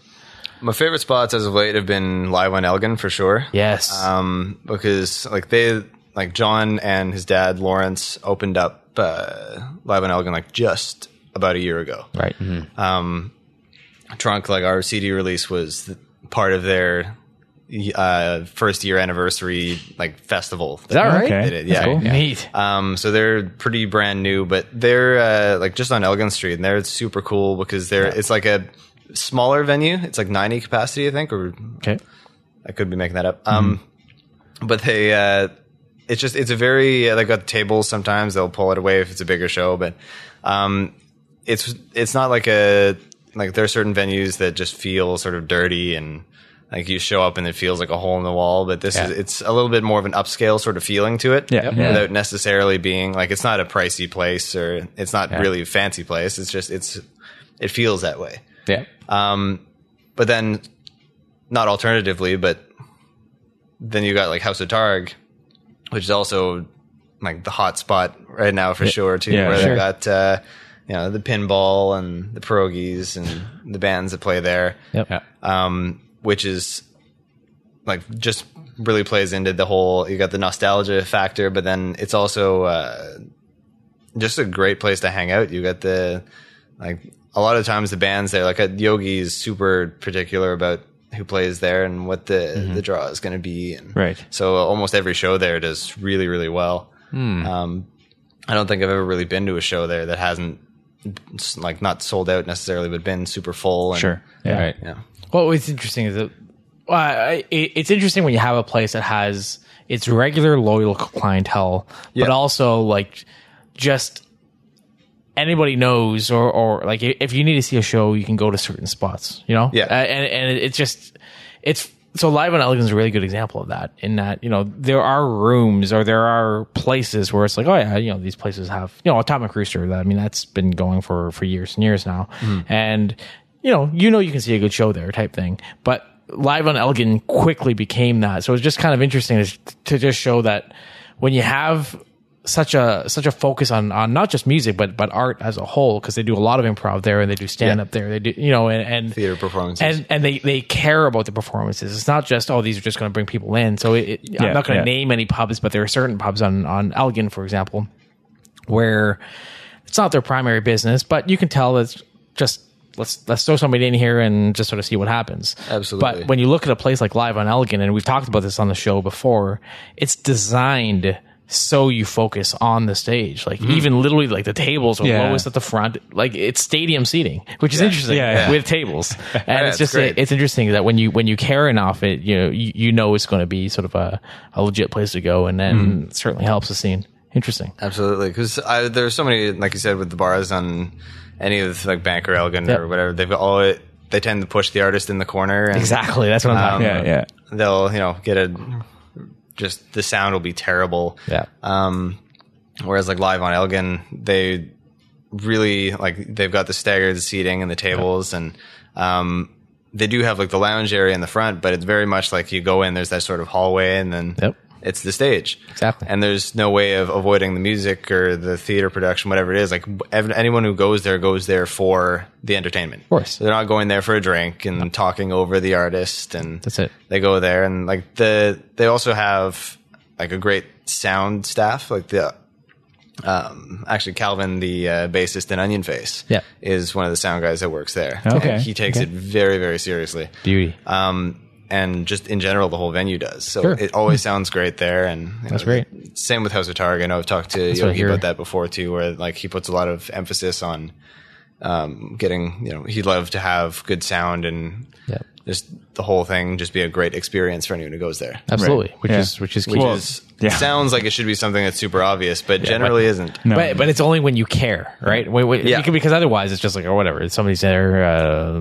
my favorite spots as of late have been live on elgin for sure
Yes,
um, because like they like john and his dad lawrence opened up uh, live on elgin like just about a year ago
right.
trunk like our cd release was th- part of their uh, first year anniversary like festival
Is that right?
Okay.
They did, yeah.
That's cool.
Neat.
Um, so they're pretty brand new, but they're uh, like just on Elgin Street, and they're super cool because they're it's like a smaller venue. It's like ninety capacity, I think, or
Okay.
I could be making that up. Um, but they uh, it's just it's a very uh, they got the tables. Sometimes they'll pull it away if it's a bigger show, but um, it's it's not like a like there are certain venues that just feel sort of dirty and like you show up and it feels like a hole in the wall. But this is it's a little bit more of an upscale sort of feeling to it,
Yeah. Yep. Yeah.
without necessarily being like it's not a pricey place or it's not really a fancy place. It's just it's it feels that way
Yeah.
but then not alternatively, but then you got like House of Targ, which is also like the hot spot right now for sure too.
yeah,
where
sure.
they got uh, you know the pinball and the pierogies and the bands that play there,
Yep.
yeah.
um, which is like just really plays into the whole. You got the nostalgia factor, but then it's also uh, just a great place to hang out. You got the like a lot of times the bands there, like a Yogi is super particular about who plays there and what the the draw is going to be. And
Mm-hmm. Right.
so almost every show there does really really well.
Hmm.
Um, I don't think I've ever really been to a show there that hasn't s- like not sold out necessarily, but been super full. And,
Sure. Yeah.
Right.
Yeah.
Well, what's interesting is that well, I- it, it's interesting when you have a place that has its regular loyal clientele,
Yeah.
but also like just anybody knows or or like i- if you need to see a show, you can go to certain spots. You know,
Yeah.
Uh, and and it- it's just it's. So live on Elegance is a really good example of that. In that you know there are rooms or there are places where it's like oh yeah you know these places have you know Atomic Rooster. that- I mean that's been going for for years and years now, and you know you know you can see a good show there type thing. But live on Elgin quickly became that. So it's just kind of interesting is to just show that when you have such a such a focus on on not just music but but art as a whole because they do a lot of improv there and they do stand up there they do you know and, and
Theater performances.
and and they they care about the performances it's not just oh these are just going to bring people in so it, it-
Yeah,
I'm not going
yeah.
to name any pubs but there are certain pubs on on Elgin for example where it's not their primary business but you can tell it's just let's let's throw somebody in here and just sort of see what happens
Absolutely.
but when you look at a place like Live on Elgin, and we've talked about this on the show before, it's designed so you focus on the stage. Like even literally, like the tables are
Mm-hmm. Yeah.
lowest at the front. Like it's stadium seating, which is interesting
Yeah, yeah.
with
[laughs]
tables. And
it's
it's just
great.
it's interesting that when you when you care enough, it you know you, you know it's going to be sort of a, a legit place to go, and then
Hmm.
it certainly helps the scene. Interesting.
Absolutely, because there's so many, like you said, with the bars on any of like Bank or Elgin
Yep.
or whatever. They've all they tend to push the artist in the corner. And
Exactly. That's what I'm talking
Yeah.
about.
Um, Yeah.
They'll you know get a just the sound will be terrible.
Yeah.
Um, whereas like live on Elgin, they really like they've got the staggered seating and the tables, and um, they do have like the lounge area in the front, but it's very much like you go in. There's that sort of hallway, and then
Yep.
it's the stage
Exactly.
and there's no way of avoiding the music or the theater production, whatever it is. Like ev- anyone who goes there goes there for the entertainment. Of
course.
they're not going there for a drink and talking over the artist. And
That's it.
They go there and like the they also have like a great sound staff. Like the um actually Calvin, the uh, bassist in Onion Face,
Yeah.
is one of the sound guys that works there.
Okay.
And he takes
Okay.
it very very seriously
Beauty.
um, and just in general, the whole venue does. So
Sure.
it always sounds great there, and you
That's
know,
great.
Same with House of Targ. I know I've talked to
what I
Yogi
hear.
about that before too, where like he puts a lot of emphasis on um, getting. You know, he'd love to have good sound and
Yep.
just the whole thing just be a great experience for anyone who goes there.
Absolutely. Which
Yeah.
is which is key.
Which
Well,
is,
yeah.
sounds like it should be something that's super obvious, but generally
[laughs]
isn't.
No.
But but it's only when you care, right? Wait, wait,
Yeah.
you can- because otherwise it's just like, oh, whatever. If somebody's there, uh,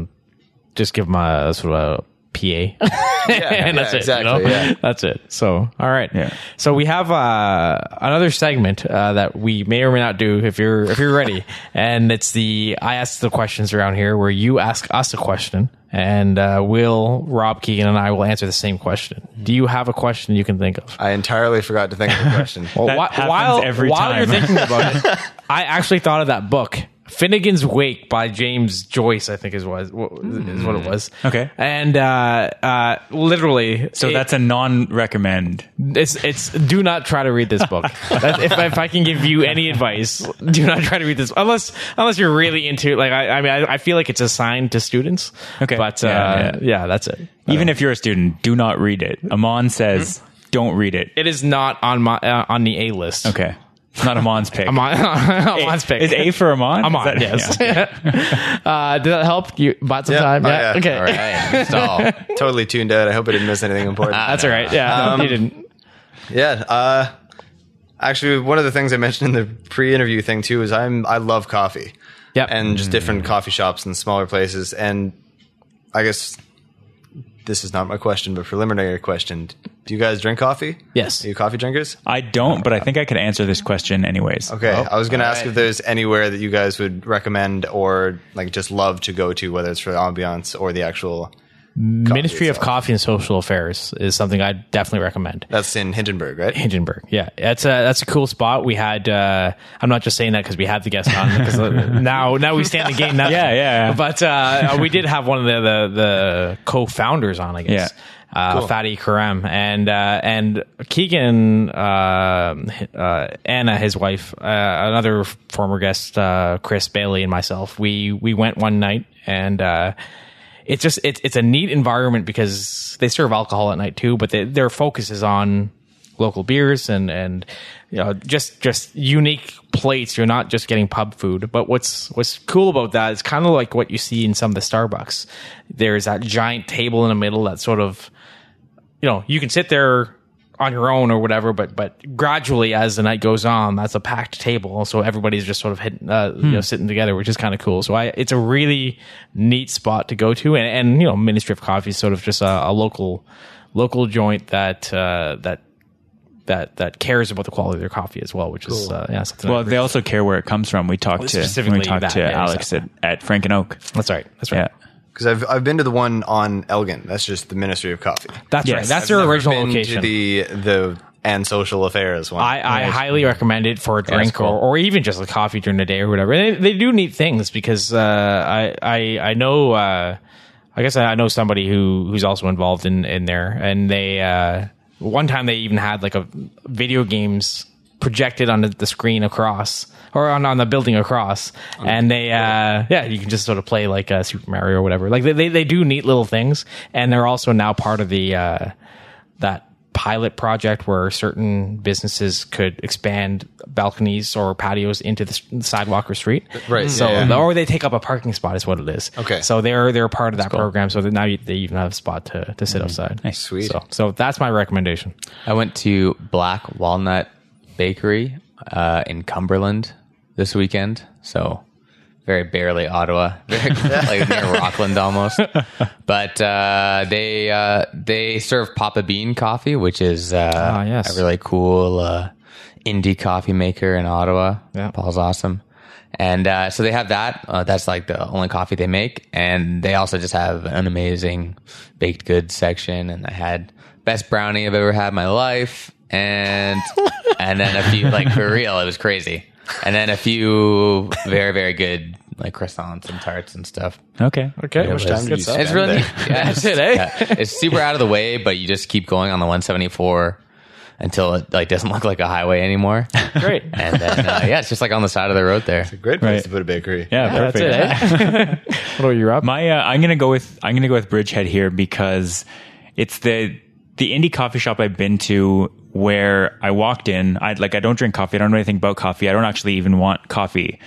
just give them a sort of a PA, and that's
yeah,
it. you know?
exactly, yeah.
[laughs] That's it. So all right.
Yeah.
So we have uh, another segment uh, that we may or may not do if you're if you're
[laughs]
ready, and it's the I ask the questions around here where you ask us a question. And uh, will Rob Keegan and I will answer the same question. Do you have a question you can think of?
I entirely forgot to think
[laughs]
of the question.
Well,
That
whi-
happens
while,
every
while
time.
you're thinking about
[laughs]
it, I actually thought of that book, Finnegan's Wake by James Joyce. I think is was is what it was.
Hmm. Okay.
and uh, uh, literally,
So that's a non-recommend.
it's it's do not try to read this book. That's, if if I can give you any advice, do not try to read this unless unless you're really into it. Like I, I mean, I, I feel like it's assigned to students.
Okay.
but
Yeah,
uh,
yeah.
yeah. that's it.
Even
Uh-huh.
if you're a student, do not read it. Amon says,
Hmm?
don't read it.
It is not on my uh, on the A list.
Okay. It's not Amon's pick.
I'm on, [laughs] I'm on pick.
Is A for Amon?
I'm
Is
on.
that-
yes.
yeah.
[laughs] uh, did that help? You bought some
Yeah.
time.
Oh,
yeah.
yeah.
Okay.
All right. [laughs]
Hey, stall.
totally tuned out. I hope I didn't miss anything important.
[laughs] [laughs] That's all right. Yeah.
Um,
you didn't.
Yeah. Uh, actually, one of the things I mentioned in the pre-interview thing too is I'm I love coffee.
Yep.
And just
Mm.
different coffee shops and smaller places. And I guess this is not my question, but preliminary question: Do you guys drink coffee?
Yes.
Are you coffee drinkers?
[laughs] I don't, but I think I could answer this question anyways.
Okay.
Oh.
I was going to ask
alright.
if there's anywhere that you guys would recommend or like just love to go to, whether it's for the ambiance or the actual.
Ministry of
itself.
Coffee and Social Affairs is something I definitely recommend.
That's in Hindenburg, right?
[laughs] Hindenburg. Yeah, that's a that's a cool spot. We had. uh I'm not just saying that because we had the guest on. Because [laughs] now now we stand to gain nothing.
Yeah, yeah.
But uh, we did have one of the the, the co-founders on. I guess.
Yeah.
uh, Fatty Karam, and uh, and Keegan uh, uh, Anna, his wife, uh, another former guest, uh, Chris Bailey, and myself. We we went one night, and uh, it's just it's it's a neat environment because they serve alcohol at night too, but they, their focus is on local beers and and you know just just unique plates you're not just getting pub food but what's what's cool about that is kind of like what you see in some of the starbucks there's that giant table in the middle that sort of you know you can sit there on your own or whatever but but gradually as the night goes on that's a packed table so everybody's just sort of hitting, uh, you know sitting together which is kind of cool so i it's a really neat spot to go to and and you know ministry of coffee is sort of just a, a local local joint that uh that that that cares about the quality of their coffee as well, which is uh, yeah something.
Well,
I-
they also care where it comes from. We talked to when
specifically
we talked
that,
to
yeah,
Alex at, at Frank and Oak.
that's right. That's
Yeah,
right.
Because I've I've been to the one on Elgin. That's just the Ministry of Coffee.
That's
Yes.
right. That's
I've
their
never
original
been
location.
To the the and social affairs one.
I, I highly recommend it for a drink
cool.
or, or even just a coffee during the day or whatever. They, they do neat things because uh, I, I I know uh, I guess I know somebody who who's also involved in in there, and they uh, one time they even had like a video games projected on the, the screen across or on, on the building across and they uh yeah you can just sort of play like uh, super mario or whatever like they, they, they do neat little things and they're also now part of the uh that pilot project where certain businesses could expand balconies or patios into the s- sidewalk or street.
Right,
So,
yeah, yeah.
or they take up a parking spot is what it is.
Okay.
So they're they're part of that program. So that now you, they even have a spot to, to sit outside. Mm. Nice,
Sweet.
So, so that's my recommendation.
I went to Black Walnut Bakery uh, in Cumberland this weekend. So very barely Ottawa, [laughs] very, like near
[laughs]
Rockland almost. But uh, they uh, they serve Papa Bean coffee, which is uh,
Ah, yes.
a really cool uh, indie coffee maker in Ottawa.
Yeah.
Paul's awesome. And uh, so they have that. Uh, that's like the only coffee they make. And they also just have an amazing baked goods section. And I had best brownie I've ever had in my life. And and then a few like for real, it was crazy. And then a few very very good like croissants and tarts and stuff.
okay,
Okay.
How much time did you spend
It's really
there?
neat. Yeah, it's, yeah. it's super out of the way, but you just keep going on the 174 until it like doesn't look like a highway anymore.
[laughs] Great.
And then uh, yeah, it's just like on the side of the road there.
Great place
Right.
to put a bakery.
yeah, perfect.
That's it. Eh? what are you up?
My, uh, I'm gonna go with I'm gonna go with Bridgehead here because it's the the indie coffee shop I've been to where I walked in. I like I don't drink coffee. I don't know anything about coffee. I don't actually even want coffee.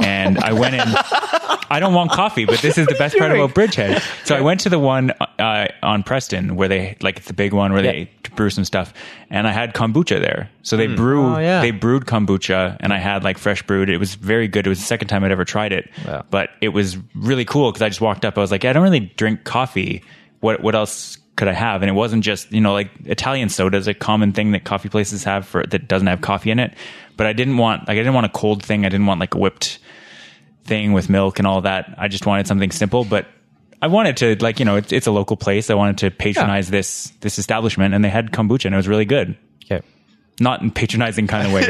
And I went in. [laughs] I don't want coffee, but this is the best part
doing?
about Bridgehead. So I went to the one uh, on Preston where they like it's the big one where they brew some stuff, and I had kombucha there. So they brew
Oh, yeah.
they brewed kombucha and I had like fresh brewed. It was very good. It was the second time I'd ever tried it,
Yeah.
but it was really cool because I just walked up. I was like, I don't really drink coffee. What what else could I have? And it wasn't just you know like Italian soda is a common thing that coffee places have for that doesn't have coffee in it. But I didn't want like I didn't want a cold thing. I didn't want like a whipped thing with milk and all that. I just wanted something simple, but I wanted to like you know it's, it's a local place. I wanted to patronize this this establishment, and they had kombucha, and it was really good.
Okay.
Not in patronizing
[laughs]
kind of way.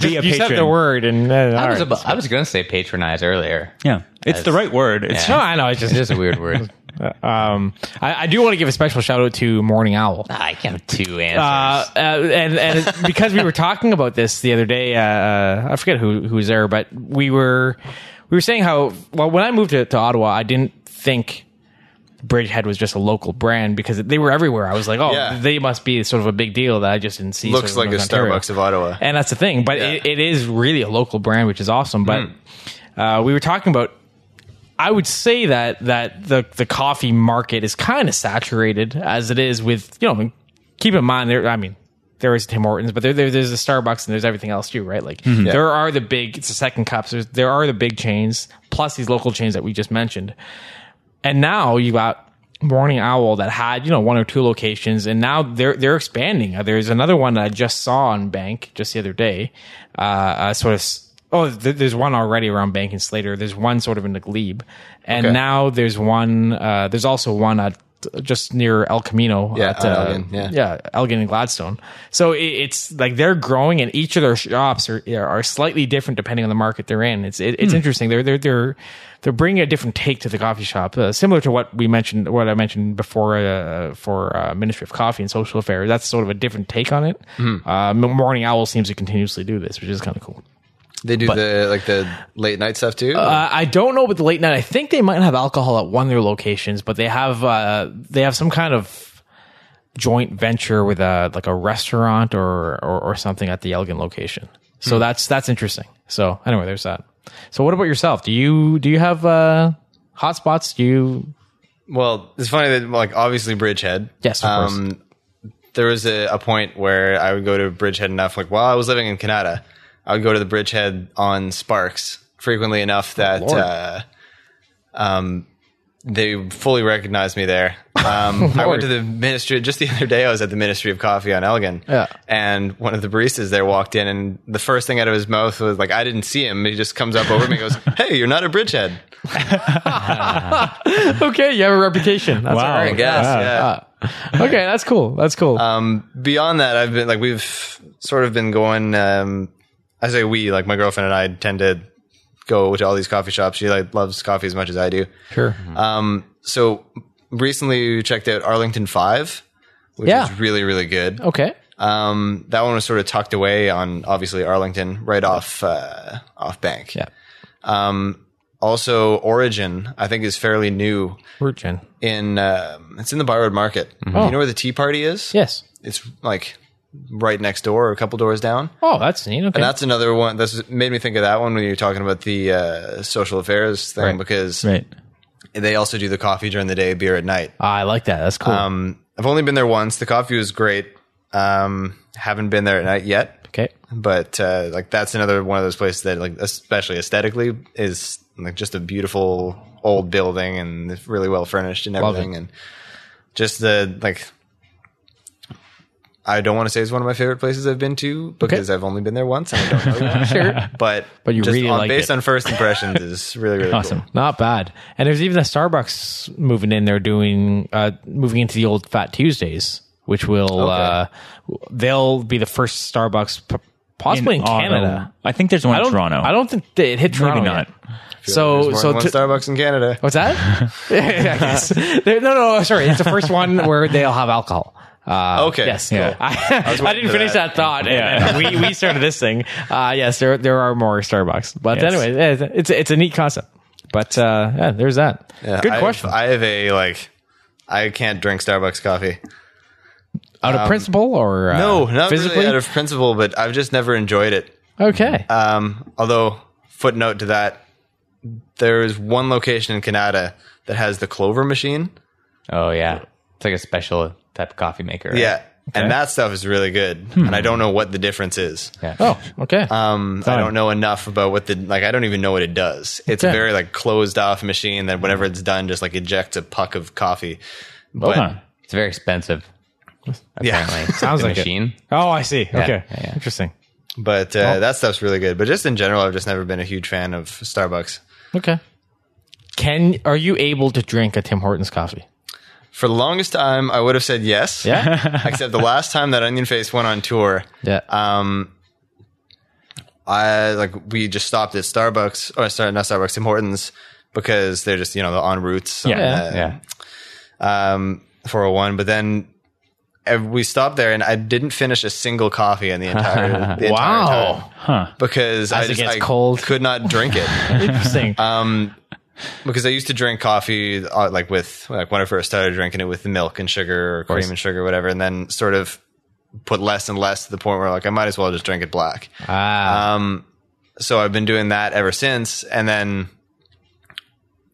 be a
you said
patron.
the word, and uh, all
I was
right.
about, I was gonna say patronize earlier.
Yeah, it's the right word. It's
No, I know. It's [laughs]
It
just
is a weird word.
um, I, I do want to give a special shout out to Morning Owl.
Ah, I can have two
uh,
answers.
uh, and and it's because we were talking about this the other day, uh, uh, I forget who who was there, but we were we were saying how well when I moved to, to Ottawa, I didn't think Bridgehead was just a local brand because they were everywhere. I was like, oh,
Yeah.
they must be sort of a big deal that I just didn't see. sort
Looks
of
like
in
a
Ontario.
Starbucks of Ottawa.
and that's the thing. But it, it is really a local brand, which is awesome. But
Hmm.
uh, we were talking about I would say that that the the coffee market is kind of saturated as it is with you know keep in mind there I mean there is Tim Hortons but there, there there's a Starbucks and there's everything else too right like
Mm-hmm.
there are the big it's the second cups there's, there are the big chains plus these local chains that we just mentioned and now you got Morning Owl that had you know one or two locations, and now they're they're expanding. Uh, There's another one that I just saw on Bank just the other day. Uh, uh sort of. s- Oh, th- there's one already around Bank and Slater. There's one sort of in the Glebe, and now there's one. Uh, there's also one at just near El Camino.
Yeah,
at,
on
uh,
Elgin, yeah.
Elgin and Gladstone. So it, it's like they're growing, and each of their shops are are slightly different depending on the market they're in. It's it, it's interesting. They're they're they're they're bringing a different take to the coffee shop, uh, similar to what we mentioned, what I mentioned before uh, for uh, Ministry of Coffee and Social Affairs. That's sort of a different take on it. Uh, Morning Owl seems to continuously do this, which is kind of cool.
They do the like the late night stuff too.
Uh, I don't know about the late night. I think they might have alcohol at one of their locations, but they have uh, they have some kind of joint venture with a like a restaurant or or, or something at the Elgin location. So that's that's interesting. So anyway, there's that. So what about yourself? Do you do you have uh, hot spots? Do you
well, it's funny that like obviously Bridgehead. Um,
Yes, of course.
There was a, a point where I would go to Bridgehead enough. Like while I was living in Canada, I would go to the Bridgehead on Sparks frequently enough that
Oh, Lord.
uh, um, they fully recognized
[laughs]
me there. Um, I
Lord.
went to the ministry just the other day. I was at the Ministry of Coffee on Elgin,
Yeah.
and one of the baristas there walked in, and the first thing out of his mouth was like, "I didn't see him." He just comes up over me and goes, [laughs] "Hey, you're not a Bridgehead."
[laughs] okay? You have a reputation. That's
Wow.
all
I
right.
guess.
Wow.
Yeah.
Ah. Okay, that's cool. That's cool.
um, beyond that, I've been like we've sort of been going. Um, I say we like my girlfriend and I tend to go to all these coffee shops. She like loves coffee as much as I do.
sure.
Um, so recently we checked out Arlington Five, which
Yeah.
is really really good.
Okay.
Um, that one was sort of tucked away on obviously Arlington, right off uh, off Bank.
Yeah.
Um, also, Origin I think is fairly new
Root gin.
in um it's in the Byward Market.
Oh.
You know where the Tea Party is?
Yes.
it's like right next door or a couple doors down.
Oh, that's neat. Okay.
And that's another one that's made me think of that one when you were talking about the uh, social affairs thing
Right.
because
Right.
they also do the coffee during the day, beer at night.
Ah, I like that. That's cool.
Um, I've only been there once. The coffee was great. Um, haven't been there at night yet,
okay.
but uh, like that's another one of those places that like especially aesthetically is like just a beautiful old building and it's really well furnished and
Love it.
everything and just the like I don't want to say it's one of my favorite places I've been to because I've only been there once and I don't
[laughs]
know that.
Sure.
But
But you
just
really
on,
like
based
it.
on first
[laughs]
impressions is really really
Awesome.
Cool.
Not bad. And there's even a Starbucks moving in there doing uh moving into the old Fat Tuesdays, which will uh they'll be the first Starbucks p- possibly in,
Ottawa.
Canada.
I think there's one
I
in
don't
Toronto.
I don't think that it hit Toronto.
not.
yet. So
There's more
so Oh,
than one
to-
Starbucks in Canada.
what's that? [laughs] Yeah, I guess. There- no no sorry, it's the first one where they'll have alcohol. Uh,
Okay,
Yes.
cool.
Yeah. [laughs] I, I didn't
for
finish that,
that.
thought. and then we, we started this thing. Uh, yes, there there are more Starbucks, but
Yes.
anyway, yeah, it's it's a neat concept. But uh, yeah, there's that.
Yeah,
Good
I have-
question.
I have a like I can't drink Starbucks coffee.
out of principle or uh,
Um, No, not
physically?
really out of principle, but I've just never enjoyed it.
okay.
Um, although, footnote to that, there is one location in Canada that has the Clover machine.
Oh yeah, it's like a special type of coffee maker. right?
Yeah. And that stuff is really good. And I don't know what the difference is.
yeah.
oh, okay.
Um, I don't know enough about what the, like, I don't even know what it does. It's a
Okay.
very, like, closed off machine that whenever it's done, just, like, ejects a puck of coffee. But,
Huh.
it's very expensive.
Yeah.
Apparently,
Sounds
The
like it.
machine.
oh, I see. okay,
yeah, yeah.
interesting.
[laughs] but uh, that stuff's really good. But just in general, I've just never been a huge fan of Starbucks.
Okay. Can are you able to drink a Tim Hortons coffee?
For the longest time, I would have said
[laughs]
yes.
Yeah.
[laughs] Except the last time that Onion Face went on tour,
yeah.
um i like we just stopped at starbucks or sorry not starbucks tim hortons because they're just you know the en routes on,
Yeah.
uh, um 401 but then uh, we stopped there and i didn't finish a single coffee in the
[laughs]
entire the entire
Wow.
time
Huh.
because i
it
just
gets
I
cold.
could not drink
[laughs]
it [laughs]
interesting.
um because i used to drink coffee uh, like with like when i first started drinking it with milk and sugar or cream and sugar or whatever and then sort of put less and less to the point where like i might as well just drink it black
ah,
um, so I've been doing that ever since. And then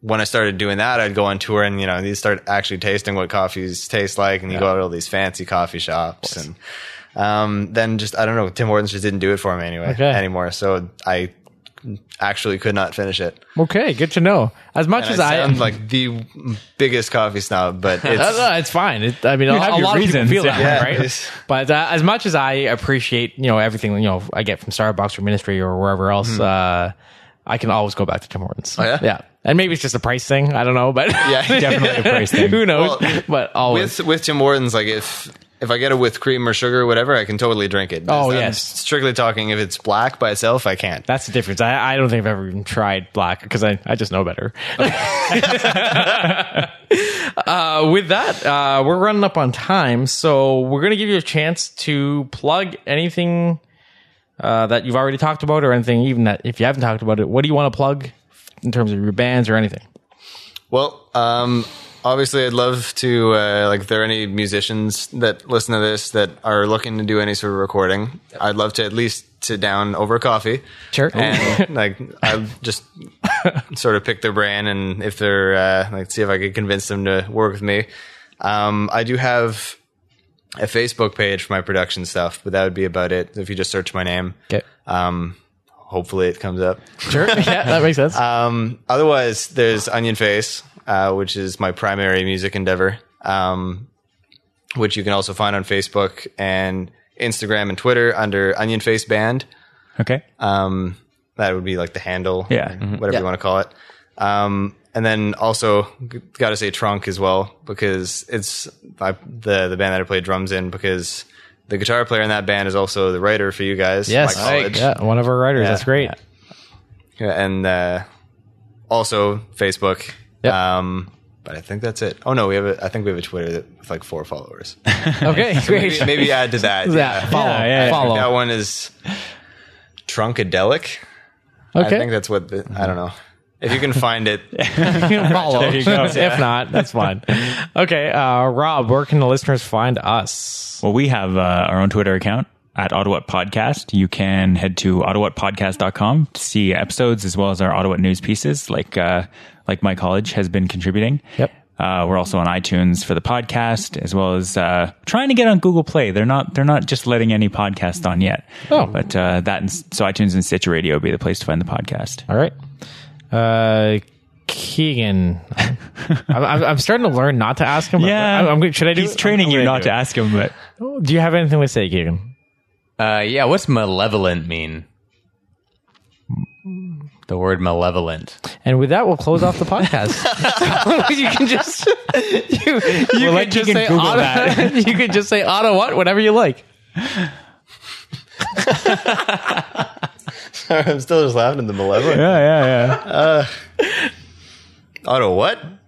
when I started doing that, I'd go on tour and you know you start actually tasting what coffees taste like, and you go to all these fancy coffee shops, and um, then just I don't know, Tim Hortons just didn't do it for me anyway
Okay.
anymore. So I actually could not finish it.
okay. Good to know. As much
And
as
I
I,
sound like the biggest coffee snob,
[laughs]
but
No,
it's
no, it's fine. It, I mean, a,
have
a
your
lot
reasons,
of people feel that
yeah.
Yeah,
way,
it
right?
is.
But uh, as much as I appreciate, you know, everything you know I get from Starbucks or Ministry or wherever else, uh, I can always go back to Tim Hortons.
yeah?
yeah. And maybe it's just a price thing. I don't know, but [laughs]
Yeah.
Definitely a price thing.
who knows?
Well,
but always.
with with Tim Hortons, like if if I get it with cream or sugar or whatever, I can totally drink it.
Oh,
I'm
yes.
strictly talking, if it's black by itself, I can't.
that's the difference. I, I don't think I've ever even tried black because I, I just know [laughs] better. uh, with that, uh, we're running up on time. So we're going to give you a chance to plug anything uh, that you've already talked about or anything, even that if you haven't talked about it, what do you want to plug in terms of your bands or anything?
Well, um, obviously, I'd love to uh, like. If there are any musicians that listen to this that are looking to do any sort of recording, I'd love to at least sit down over coffee.
Sure.
And like, I'll just sort of pick their brain and if they're uh, like, see if I could convince them to work with me. Um, I do have a Facebook page for my production stuff, but that would be about it. If you just search my name,
Okay.
um, hopefully it comes up.
[laughs] Sure. yeah, that makes sense.
Um, otherwise, there's Onion Face, uh, which is my primary music endeavor, um, which you can also find on Facebook and Instagram and Twitter under Onion Face Band.
Okay.
Um, that would be like the handle,
Yeah.
whatever you want to call it. Um, and then also got to say Trunk as well because it's I, the the band that I play drums in because the guitar player in that band is also the writer for you guys.
yes.
my college.
Yeah, one of our writers.
Yeah.
That's great.
Yeah, and uh, also Facebook.
Yep.
Um, but I think that's it. Oh no, we have a. I think we have a Twitter that, with like
[laughs]
four followers.
Okay. Great.
maybe, maybe add to
[laughs]
that.
yeah, follow.
Yeah, yeah, yeah.
follow.
That one is Trunkadelic. I
Okay.
think that's what the, I don't know. If
[laughs]
you can find it, [laughs]
[laughs]
follow.
There you
[laughs]
go.
if not, that's fine. Okay, uh, Rob, where can the listeners find us?
Well, we have uh, our own Twitter account at Ottawa Podcast. You can head to ottawapodcast.com to see episodes as well as our Ottawa news pieces, like uh, like my college has been contributing.
Yep.
Uh, we're also on iTunes for the podcast, as well as uh, trying to get on Google Play. They're not they're not just letting any podcast on yet.
Oh.
but uh, that and, so iTunes and Stitcher Radio would be the place to find the podcast.
All right, uh,
[laughs]
Keegan, I'm, I'm, I'm starting to learn not to ask him. I'm, I'm, gonna- should I do?
He's
it?
training
I'm
you
gonna
not
do
to
it.
ask him, but
Do you have anything to say, Keegan?
Uh, yeah, what's malevolent mean? The word malevolent.
And with that, we'll close off the
[laughs]
podcast. [laughs] you can just [laughs] you, you can
let
just
Keegan
say
Google
auto,
that.
[laughs] you can just say auto what whenever you like.
I'm still just laughing at the malevolent. Uh,
yeah, yeah, yeah.
Auto what?